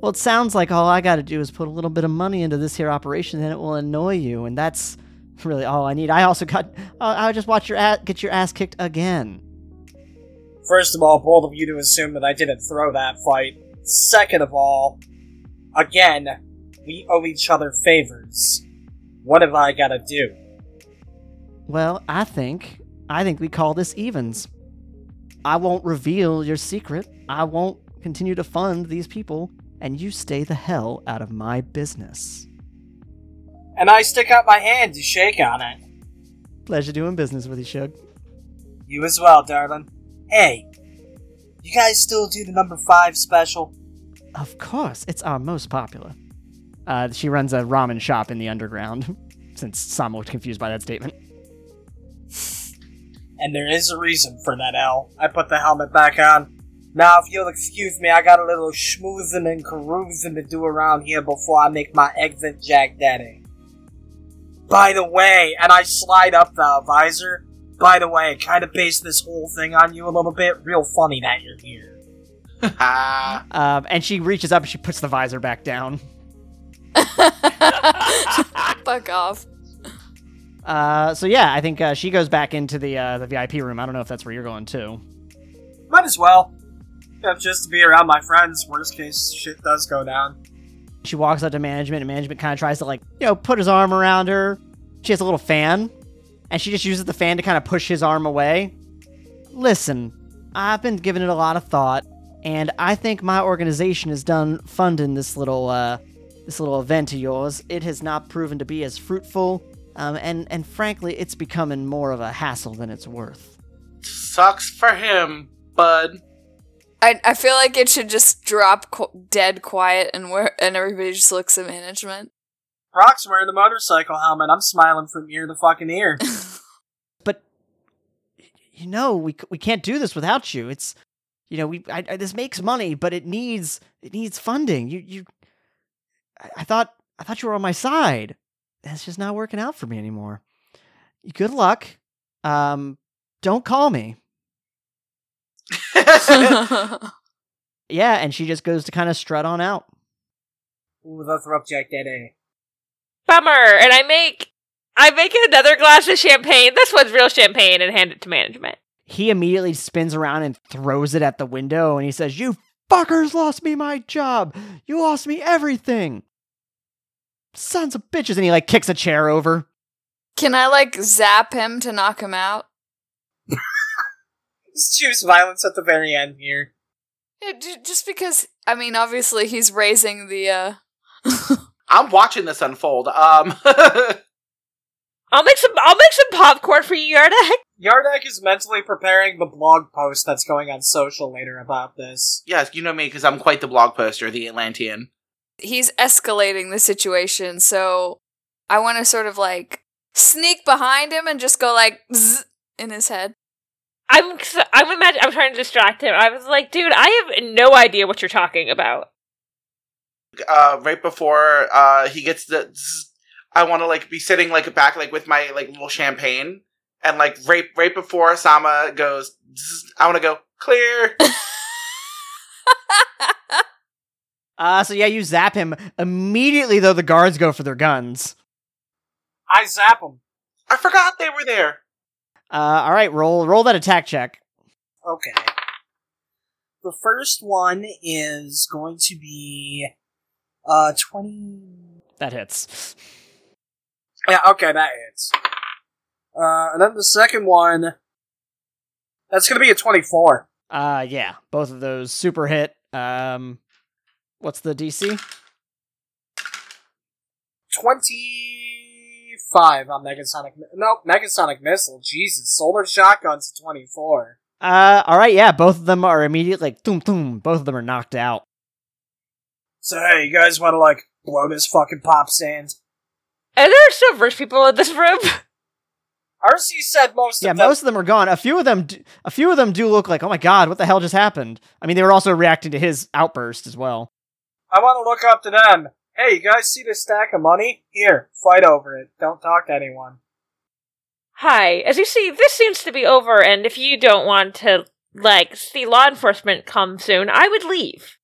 Speaker 2: Well, it sounds like all I got to do is put a little bit of money into this here operation, and it will annoy you, and that's really all I need. I also got. Uh, I just watch your ass get your ass kicked again.
Speaker 7: First of all, bold of you to assume that I didn't throw that fight. Second of all, again, we owe each other favors. What have I gotta do?
Speaker 2: Well, I think I think we call this evens. I won't reveal your secret. I won't continue to fund these people, and you stay the hell out of my business.
Speaker 7: and I stick out my hand to shake on it.
Speaker 2: Pleasure doing business with you, Shug.
Speaker 7: You as well, darling. Hey, You guys still do the number five special.
Speaker 2: Of course, it's our most popular. Uh, she runs a ramen shop in the underground, <laughs> since Sam looked confused by that statement.
Speaker 7: And there is a reason for that, Al. I put the helmet back on. Now, if you'll excuse me, I got a little schmoozing and carousing to do around here before I make my exit, Jack Daddy. By the way, and I slide up the visor. By the way, kind of based this whole thing on you a little bit. Real funny that you're here.
Speaker 5: Ah,
Speaker 2: Um, and she reaches up and she puts the visor back down.
Speaker 3: Fuck off.
Speaker 2: Uh, so yeah, I think uh, she goes back into the uh, the VIP room. I don't know if that's where you're going too.
Speaker 7: Might as well. Yeah, just to be around my friends. Worst case, shit does go down.
Speaker 2: She walks up to management, and management kind of tries to like you know put his arm around her. She has a little fan, and she just uses the fan to kind of push his arm away. Listen, I've been giving it a lot of thought, and I think my organization is done funding this little uh, this little event of yours. It has not proven to be as fruitful, um, and and frankly, it's becoming more of a hassle than it's worth.
Speaker 5: sucks for him, bud. <laughs>
Speaker 3: I, I feel like it should just drop qu- dead quiet and where and everybody just looks at management.
Speaker 7: Brock's wearing the motorcycle helmet. I'm smiling from ear to fucking ear.
Speaker 2: but you know we c- we can't do this without you it's you know we I, I, this makes money but it needs it needs funding you you I, I thought i thought you were on my side that's just not working out for me anymore good luck um don't call me
Speaker 3: <laughs>
Speaker 2: yeah and she just goes to kind of strut on out
Speaker 7: Ooh, they'll throw up Jack Daddy.
Speaker 4: Bummer. And I make I make another glass of champagne. This one's real champagne and hand it to management.
Speaker 2: he immediately spins around and throws it at the window and he says you fuckers lost me my job you lost me everything sons of bitches and he like kicks a chair over
Speaker 3: Can I like zap him to knock him out?
Speaker 7: Just choose violence at the very end here.
Speaker 3: Yeah, ju- just because I mean, obviously he's raising the uh
Speaker 5: I'm watching this unfold. Um, <laughs>
Speaker 4: I'll make some I'll make some popcorn for you, Yardak.
Speaker 7: Yardak is mentally preparing the blog post that's going on social later about this.
Speaker 5: yes, you know me because I'm quite the blog poster, the Atlantean.
Speaker 3: he's escalating the situation, so I want to sort of like sneak behind him and just go like Zzz in his <laughs> head.
Speaker 4: I'm I'm imagine I'm trying to distract him. I was like, dude, I have no idea what you're talking about.
Speaker 5: Uh, right before uh, he gets the, zzz, I want to like be sitting like back like with my like little champagne, and like right right before Sama goes, zzz, I want to go clear.
Speaker 2: Uh, so yeah, you zap him immediately. Though the guards go for their guns.
Speaker 7: I zap him.
Speaker 5: I forgot they were there.
Speaker 2: Uh, all right, roll roll that attack check.
Speaker 7: Okay. The first one is going to be uh twenty.
Speaker 2: That hits.
Speaker 7: Yeah, okay, that hits. Uh, and then the second one. That's gonna be a twenty-four.
Speaker 2: Uh, yeah, both of those super hit. Um, what's the DC?
Speaker 7: Twenty-five on Megasonic. Mi- Nope, Megasonic missile. Jesus, solar shotguns at twenty-four.
Speaker 2: Uh, all right, yeah, both of them are immediately like boom, boom. Both of them are knocked out.
Speaker 7: So hey, you guys want to like blow this fucking pop sand?
Speaker 4: Are there still rich people in this room?
Speaker 7: RC said most
Speaker 2: yeah,
Speaker 7: of them.
Speaker 2: most of them are gone. A few of them, do, a few of them do look like, oh my god, what the hell just happened? I mean, they were also reacting to his outburst as well.
Speaker 7: I want to look up to them. Hey, you guys see this stack of money? Here, fight over it. Don't talk to anyone.
Speaker 4: Hi, as you see, this seems to be over, and if you don't want to like see law enforcement come soon, I would leave.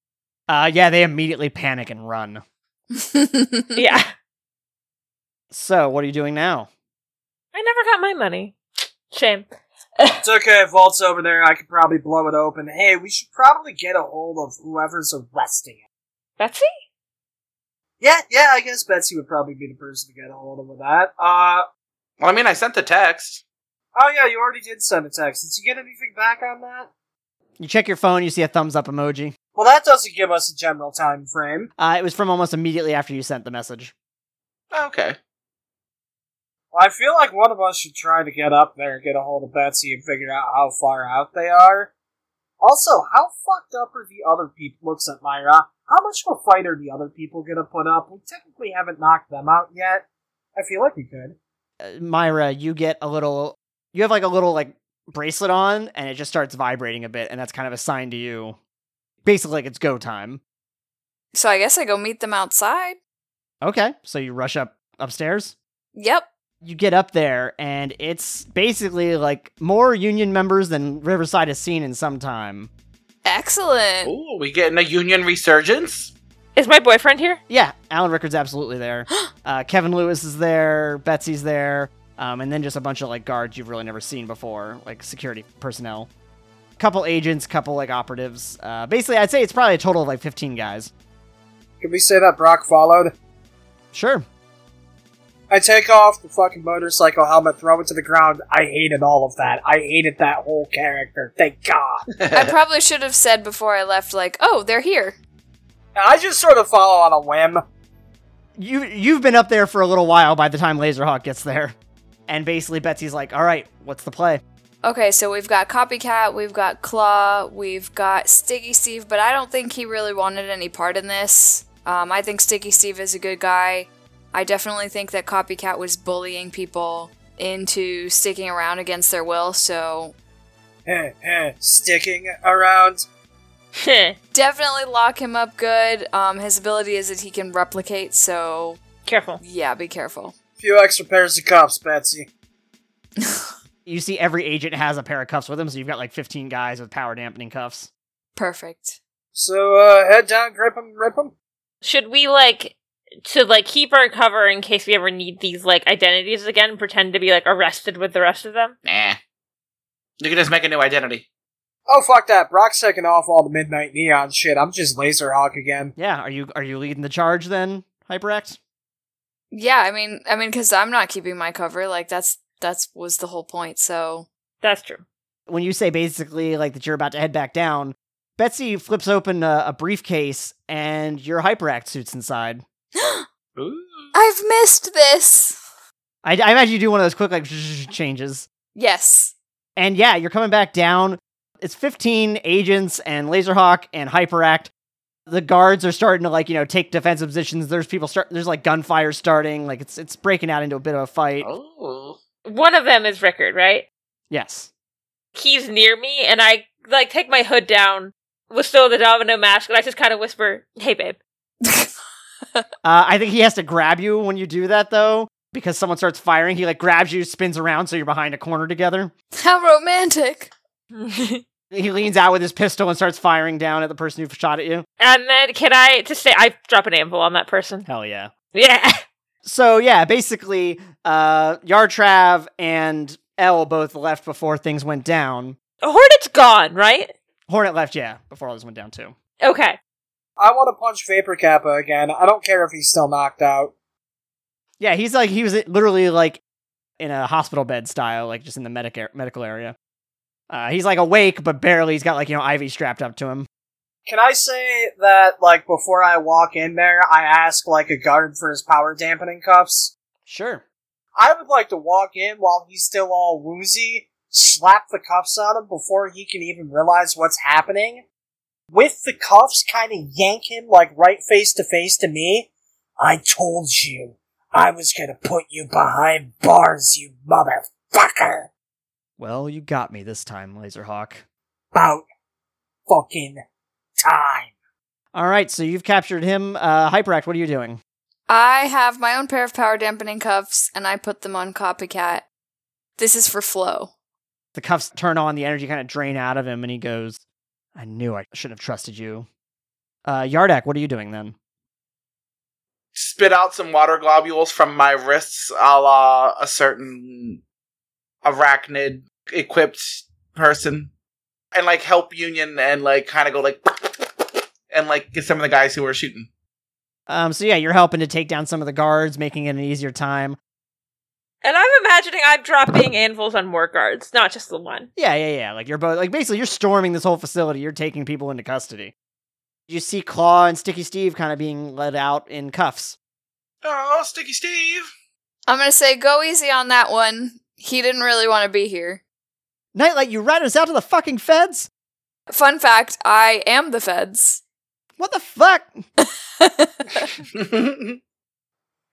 Speaker 2: Uh, yeah, they immediately panic and run.
Speaker 4: yeah,
Speaker 2: So, what are you doing now?
Speaker 4: I never got my money. Shame.
Speaker 7: It's okay, Vault's over there. I could probably blow it open. Hey, we should probably get a hold of whoever's arresting him.
Speaker 4: Betsy?
Speaker 7: Yeah, yeah, I guess Betsy would probably be the person to get a hold of with that. Uh,
Speaker 5: Well, I mean, I sent the text.
Speaker 7: oh yeah, you already did send a text. Did you get anything back on that?
Speaker 2: You check your phone. You see a thumbs up emoji.
Speaker 7: Well, that doesn't give us a general time frame.
Speaker 2: Uh, it was from almost immediately after you sent the message.
Speaker 5: Okay.
Speaker 7: I feel like one of us should try to get up there and get a hold of Betsy and figure out how far out they are. Also, how fucked up are the other people? Looks at Myra. How much of a fight are the other people gonna put up? We technically haven't knocked them out yet. I feel like we could.
Speaker 2: Uh, Myra, you get a little. You have like a little like bracelet on, and it just starts vibrating a bit, and that's kind of a sign to you, basically like it's go time.
Speaker 3: So I guess I go meet them outside.
Speaker 2: Okay, so you rush up upstairs.
Speaker 3: Yep.
Speaker 2: You get up there, and it's basically like more union members than Riverside has seen in some time.
Speaker 3: Excellent.
Speaker 5: Ooh, we getting a union resurgence?
Speaker 4: Is my boyfriend here? <laughs>
Speaker 2: Yeah, Alan Rickard's absolutely there. uh, Kevin Lewis is there. Betsy's there. Um, and then just a bunch of like guards you've really never seen before, like security personnel. Couple agents, couple like operatives. Uh, basically, I'd say it's probably a total of like 15 guys.
Speaker 7: Can we say that Brock followed?
Speaker 2: Sure.
Speaker 7: I take off the fucking motorcycle helmet, throw it to the ground. I hated all of that. I hated that whole character. Thank God.
Speaker 3: I probably should have said before I left, like, oh, they're here.
Speaker 7: I just sort of follow on a whim. <laughs>
Speaker 2: You you've been up there for a little while by the time Laserhawk gets there. And basically Betsy's like, "All right, what's the play?"
Speaker 3: Okay, so we've got Copycat, we've got Claw, we've got Sticky Steve, but I don't think he really wanted any part in this. Um, I think Sticky Steve is a good guy. I definitely think that Copycat was bullying people into sticking around against their will, so
Speaker 7: Heh, heh, Sticking around.
Speaker 3: definitely lock him up good. Um, his ability is that he can replicate, so
Speaker 4: Careful.
Speaker 3: yeah, be careful.
Speaker 7: Few extra pairs of cuffs, Betsy.
Speaker 2: You see every agent has a pair of cuffs with them, so you've got like 15 guys with power dampening cuffs.
Speaker 3: Perfect.
Speaker 7: So, uh, head down, grip 'em, rip 'em.
Speaker 4: Should we like to like keep our cover in case we ever need these like identities again? Pretend to be like arrested with the rest of them.
Speaker 5: Nah. You can just make a new identity.
Speaker 7: Oh, fuck that. Brock's taking off all the Midnight Neon shit. I'm just Laserhawk again.
Speaker 2: Yeah, are you are you leading the charge then, HyperX?
Speaker 3: Yeah, I mean, I mean, because I'm not keeping my cover. Like that's that's was the whole point. So
Speaker 4: That's true.
Speaker 2: when you say basically like that you're about to head back down, Betsy flips open a, a briefcase and your hyperact suit's inside.
Speaker 5: Ooh.
Speaker 3: I've missed this.
Speaker 2: I, I imagine you do one of those quick like <laughs> changes.
Speaker 3: Yes.
Speaker 2: And yeah, you're coming back down. It's 15 agents and Laserhawk and Hyperact. The guards are starting to like, you know, take defensive positions. There's people start there's like gunfire starting. Like it's it's breaking out into a bit of a fight.
Speaker 5: Oh.
Speaker 4: One of them is Rickard, right?
Speaker 2: Yes.
Speaker 4: He's near me, and I like take my hood down with still the domino mask, and I just kind of whisper, "Hey, babe." <laughs>
Speaker 2: Uh, I think he has to grab you when you do that though, because someone starts firing. He like grabs you, spins around so you're behind a corner together. <laughs>
Speaker 3: How romantic.
Speaker 4: and
Speaker 2: he leans out with his pistol and starts firing down at the person who shot at you.
Speaker 4: then can I to say I drop an anvil on that person?
Speaker 2: Hell yeah.
Speaker 4: Yeah. <laughs>
Speaker 2: So yeah, basically, uh Yartrav and L both left before things went down.
Speaker 4: Hornet's gone, right?
Speaker 2: Hornet left, yeah, before all this went down too.
Speaker 4: Okay.
Speaker 7: I want to punch Vapor Kappa again. I don't care if he's still knocked out.
Speaker 2: Yeah, he's like he was literally like in a hospital bed style, like just in the medic ar- medical area. Uh, he's like awake, but barely. He's got like you know IV strapped up to him.
Speaker 7: Can I say that, like, before I walk in there, I ask, like, a guard for his power dampening cuffs?
Speaker 2: Sure.
Speaker 7: I would like to walk in while he's still all woozy, slap the cuffs on him before he can even realize what's happening. With the cuffs, kind of yank him like right face to face to me. I told you I was gonna put you behind bars, you motherfucker.
Speaker 2: Well, you got me this time, Laserhawk.
Speaker 7: About fucking time.
Speaker 2: All right, so you've captured him. Uh, Hyperact, what are you doing?
Speaker 3: I have my own pair of power dampening cuffs and I put them on Copycat. This is for Flo.
Speaker 2: the cuffs turn on, the energy kind of drain out of him, and he goes, I knew I shouldn't have trusted you. Uh, Yardak, what are you doing then?
Speaker 5: Spit out some water globules from my wrists, a la a certain arachnid equipped person, and like help Union and like kind of go like and like get some of the guys who are shooting.
Speaker 2: Um, so yeah, you're helping to take down some of the guards, making it an easier time.
Speaker 4: And I'm imagining I'm dropping anvils on more guards, not just the one.
Speaker 2: Yeah, yeah, yeah. Like you're both like basically you're storming this whole facility. You're taking people into custody. You see Claw and Sticky Steve kind of being led out in cuffs.
Speaker 5: Oh, Sticky Steve. <laughs>
Speaker 3: I'm gonna say go easy on that one. He didn't really want to be here.
Speaker 2: Nightlight, you rat us out to the fucking feds.
Speaker 3: Fun fact I am the feds.
Speaker 2: What the fuck?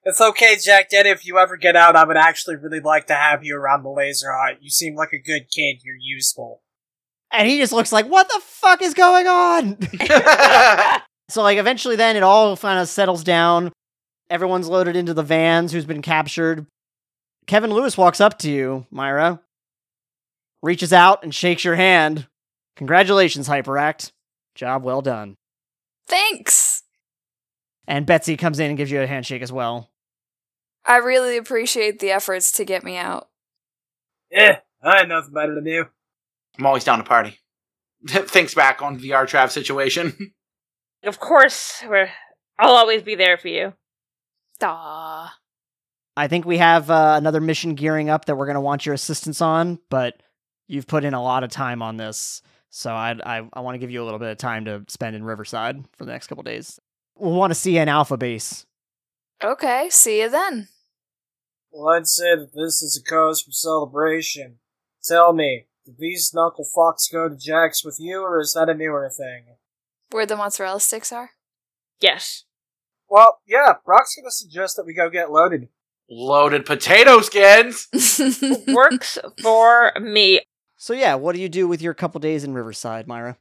Speaker 7: It's okay, Jack Dent. If you ever get out, I would actually really like to have you around the laser hut. You seem like a good kid. You're useful.
Speaker 2: And he just looks like, what the fuck is going on? <laughs> so like eventually then it all kind of settles down. Everyone's loaded into the vans who's been captured. Kevin Lewis walks up to you, Myra, reaches out and shakes your hand. Congratulations, Hyperact. Job well done.
Speaker 3: Thanks.
Speaker 2: And Betsy comes in and gives you a handshake as well.
Speaker 3: I really appreciate the efforts to get me out.
Speaker 7: Yeah, I had nothing better to do.
Speaker 5: I'm always down to party. <laughs> Thinks back on the R Trav situation. <laughs>
Speaker 4: Of course, we're, I'll always be there for you.
Speaker 3: Aww.
Speaker 2: I think we have uh, another mission gearing up that we're going to want your assistance on, but you've put in a lot of time on this. So I I, I want to give you a little bit of time to spend in Riverside for the next couple days. We'll want to see an alpha base.
Speaker 3: Okay, see you then.
Speaker 7: Well, I'd say that this is a cause for celebration. Tell me, did these knuckle fucks go to Jack's with you, or is that a newer thing?
Speaker 3: Where the mozzarella sticks are? <laughs>
Speaker 4: Yes.
Speaker 7: Well, yeah, Brock's gonna suggest that we go get loaded.
Speaker 5: Loaded potato skins.
Speaker 4: Works for me.
Speaker 2: So yeah, what do you do with your couple days in Riverside, Myra?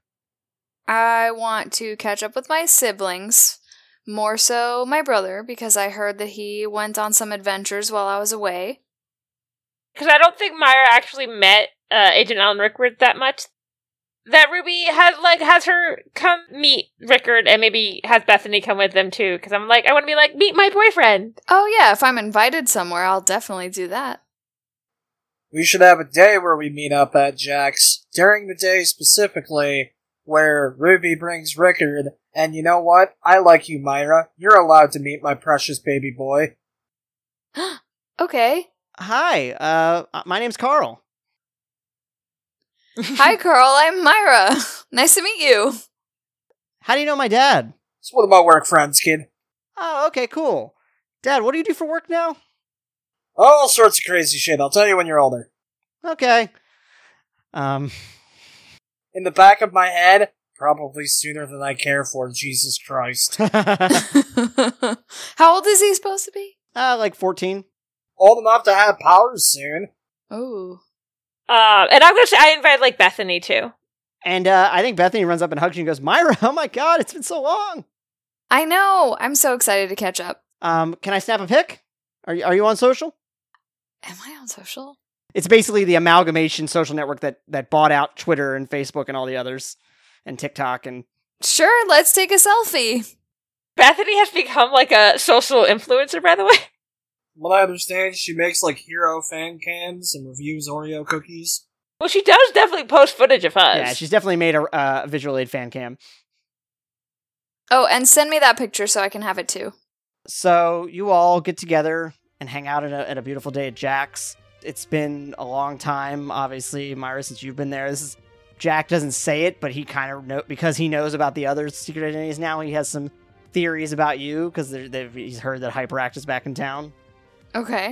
Speaker 3: I want to catch up with my siblings, more so my brother, because I heard that he went on some adventures while I was away.
Speaker 4: Because I don't think Myra actually met uh, Agent Alan Rickard that much. That Ruby has like has her come meet Rickard and maybe has Bethany come with them too. Because I'm like I want to be like meet my boyfriend.
Speaker 3: Oh, yeah, if I'm invited somewhere, I'll definitely do that.
Speaker 7: We should have a day where we meet up at Jack's. During the day specifically, where Ruby brings Rickard, and you know what? I like you, Myra. You're allowed to meet my precious baby boy.
Speaker 3: Okay.
Speaker 2: Hi, uh, my name's Carl.
Speaker 3: Hi, Carl, I'm Myra. <laughs> Nice to meet you. <laughs>
Speaker 2: How do you know my dad?
Speaker 7: It's one of my work friends, kid.
Speaker 2: Oh, okay, cool. Dad, what do you do for work now?
Speaker 7: All sorts of crazy shit. I'll tell you when you're older.
Speaker 2: Okay. <laughs> Um,
Speaker 7: In the back of my head, probably sooner than I care for, Jesus Christ. <laughs>
Speaker 2: uh,
Speaker 3: How old is he supposed to be?
Speaker 2: like 14.
Speaker 7: Old enough to have powers soon.
Speaker 3: Oh.
Speaker 4: Uh, and I'm gonna say I invite like Bethany too.
Speaker 2: And uh, I think Bethany runs up and hugs you and goes, Myra, oh my god, it's been so long.
Speaker 3: I know. I'm so excited to catch up.
Speaker 2: Um, can I snap a pic? Are you, are you on social?
Speaker 3: Am I on social?
Speaker 2: It's basically the amalgamation social network that, that bought out Twitter and Facebook and all the others and TikTok. And
Speaker 3: Sure, let's take a selfie.
Speaker 4: Bethany has become like a social influencer, by the way. <laughs>
Speaker 7: What I understand, she makes like hero fan cams and reviews Oreo cookies.
Speaker 4: Well, she does definitely post footage of us.
Speaker 2: yeah, she's definitely made a uh, visual aid fan cam.
Speaker 3: Oh, and send me that picture so I can have it too.
Speaker 2: So you all get together and hang out at a, at a beautiful day at Jack's. It's been a long time, obviously, Myra, since you've been there. This is Jack doesn't say it, but he kind of know because he knows about the other secret identities now. He has some theories about you because he's heard that Hyperact is back in town.
Speaker 3: Okay.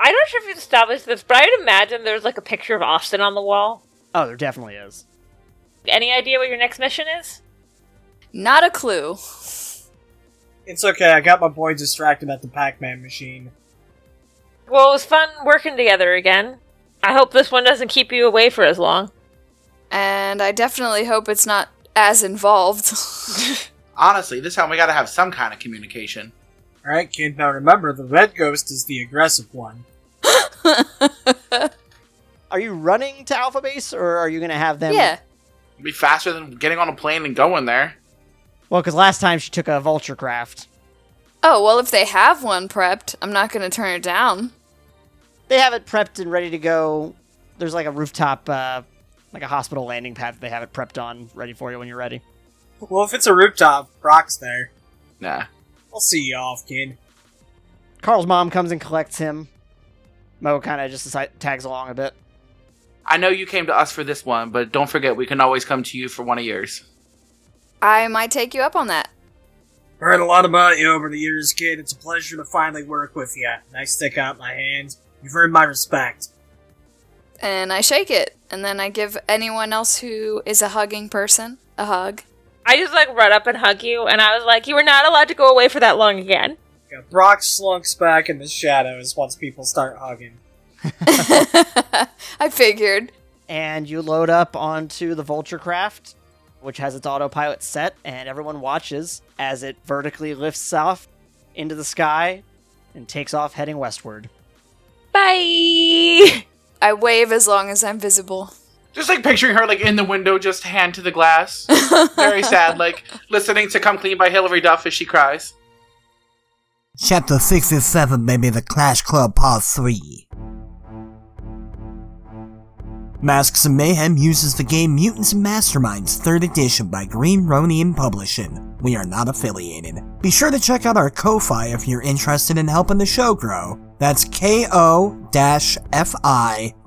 Speaker 4: I'm not sure if you established this, but I'd imagine there's like a picture of Austin on the wall.
Speaker 2: Oh, there definitely is.
Speaker 4: Any idea what your next mission is?
Speaker 3: Not a clue.
Speaker 7: It's okay, I got my boy distracted at the Pac Man machine.
Speaker 4: Well, it was fun working together again. I hope this one doesn't keep you away for as long.
Speaker 3: And I definitely hope it's not as involved.
Speaker 5: Honestly, this time we gotta have some kind of communication.
Speaker 7: Alright, kid, now remember the red ghost is the aggressive one.
Speaker 2: Are you running to Alpha Base or are you going to have them?
Speaker 3: yeah.
Speaker 5: It'd be faster than getting on a plane and going there.
Speaker 2: Well, because last time she took a vulture craft.
Speaker 3: Oh, well, if they have one prepped, I'm not going to turn it down.
Speaker 2: They have it prepped and ready to go. There's like a rooftop, uh, like a hospital landing pad that they have it prepped on, ready for you when you're ready.
Speaker 7: Well, if it's a rooftop, Brock's there.
Speaker 5: Nah.
Speaker 7: I'll see you off, kid.
Speaker 2: Carl's mom comes and collects him. Mo kind of just deci- tags along a bit.
Speaker 5: I know you came to us for this one, but don't forget we can always come to you for one of yours.
Speaker 3: I might take you up on that.
Speaker 7: Heard a lot about you over the years, kid. It's a pleasure to finally work with you. And I stick out my hand. You've earned my respect.
Speaker 3: And I shake it. And then I give anyone else who is a hugging person a hug. <laughs>
Speaker 4: I just like run up and hug you, and I was like, "You were not allowed to go away for that long again."
Speaker 7: Yeah, Brock slunks back in the shadows once people start hugging.
Speaker 3: I figured.
Speaker 2: and you load up onto the vulture craft which has its autopilot set and everyone watches as it vertically lifts off into the sky and takes off heading westward
Speaker 4: Bye. <laughs>
Speaker 3: I wave as long as I'm visible.
Speaker 5: Just like picturing her like in the window, just hand to the glass, very sad, like listening to "Come Clean" by Hilary Duff as she cries.
Speaker 1: Chapter 67, baby, The Clash Club, Part 3. Masks and Mayhem uses the game Mutants and Masterminds 3rd edition by Green Ronin Publishing. We are not affiliated. Be sure to check out our Ko-Fi if you're interested in helping the show grow. That's ko-fi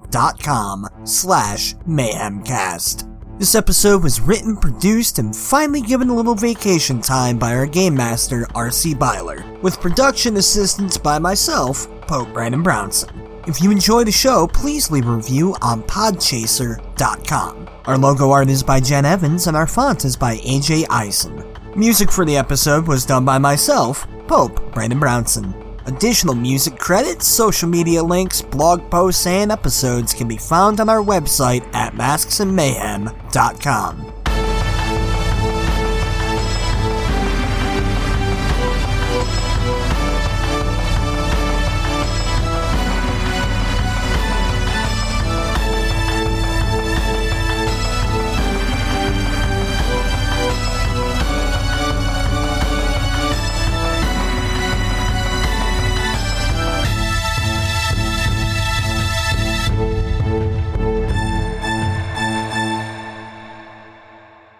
Speaker 1: dot com slash mayhemcast. This episode was written, produced, and finally given a little vacation time by our game master, RC Byler, with production assistance by myself, Pope Brandon Brownson. If you enjoy the show, please leave a review on podchaser.com. Our logo art is by Jen Evans and our font is by AJ Eisen. Music for the episode was done by myself, Pope Brandon Brownson. Additional music credits, social media links, blog posts, and episodes can be found on our website at masksandmayhem.com.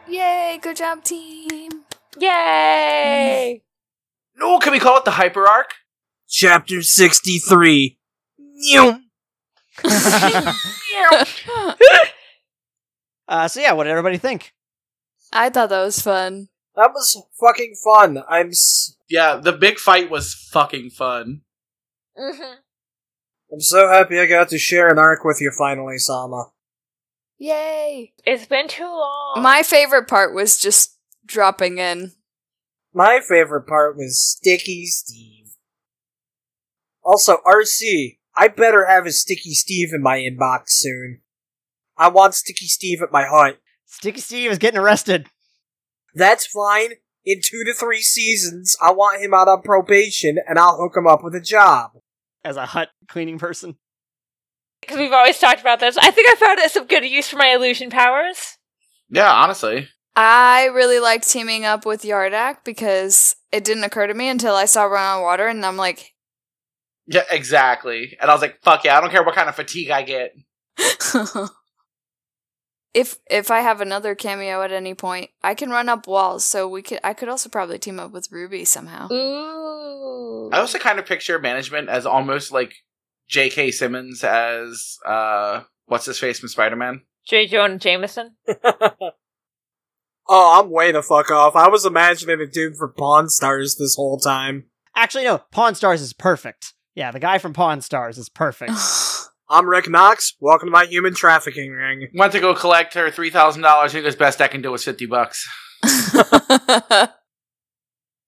Speaker 3: Yay, good job, team. <laughs>
Speaker 4: Yay!
Speaker 5: No, can we call it the hyper arc?
Speaker 1: Chapter 63.
Speaker 2: uh, so yeah what did everybody think
Speaker 3: I thought that was fun.
Speaker 7: That was fucking fun. I'm s-
Speaker 5: Yeah, the big fight was fucking fun.
Speaker 4: Mhm.
Speaker 7: I'm so happy I got to share an arc with you finally, Sama.
Speaker 3: Yay.
Speaker 4: It's been too long.
Speaker 3: My favorite part was just dropping in.
Speaker 7: My favorite part was Sticky Steve. Also, RC, I better have a Sticky Steve in my inbox soon. I want Sticky Steve at my hut.
Speaker 2: sticky steve is getting arrested
Speaker 7: That's fine. In two to three seasons, I want him out on probation and I'll hook him up with a job.
Speaker 2: as a hut cleaning person
Speaker 4: because we've always talked about this. I think I found some good use for my illusion powers.
Speaker 5: Yeah, honestly.
Speaker 3: I really like teaming up with Yardak because it didn't occur to me until I saw Run on Water and I'm like, <laughs>
Speaker 5: Yeah, exactly. And I was like, "Fuck yeah!" I don't care what kind of fatigue I get.
Speaker 3: if if I have another cameo at any point, I can run up walls, so we could I could also probably team up with Ruby
Speaker 4: <laughs>
Speaker 3: somehow.
Speaker 4: Ooh.
Speaker 5: I also kind of picture management as almost like J.K. Simmons as uh, what's his face from Spider Man.
Speaker 4: J. Jonah
Speaker 5: <laughs>
Speaker 4: Jameson.
Speaker 7: Oh, I'm way the fuck off. I was imagining a dude for Pawn Stars this whole time.
Speaker 2: actually no pawn stars is perfect yeah the guy from pawn stars is perfect
Speaker 7: I'm Rick Knox. Welcome to my human trafficking ring.
Speaker 5: Went to go collect her three thousand dollars. He goes, "Best I can do is fifty bucks."
Speaker 3: I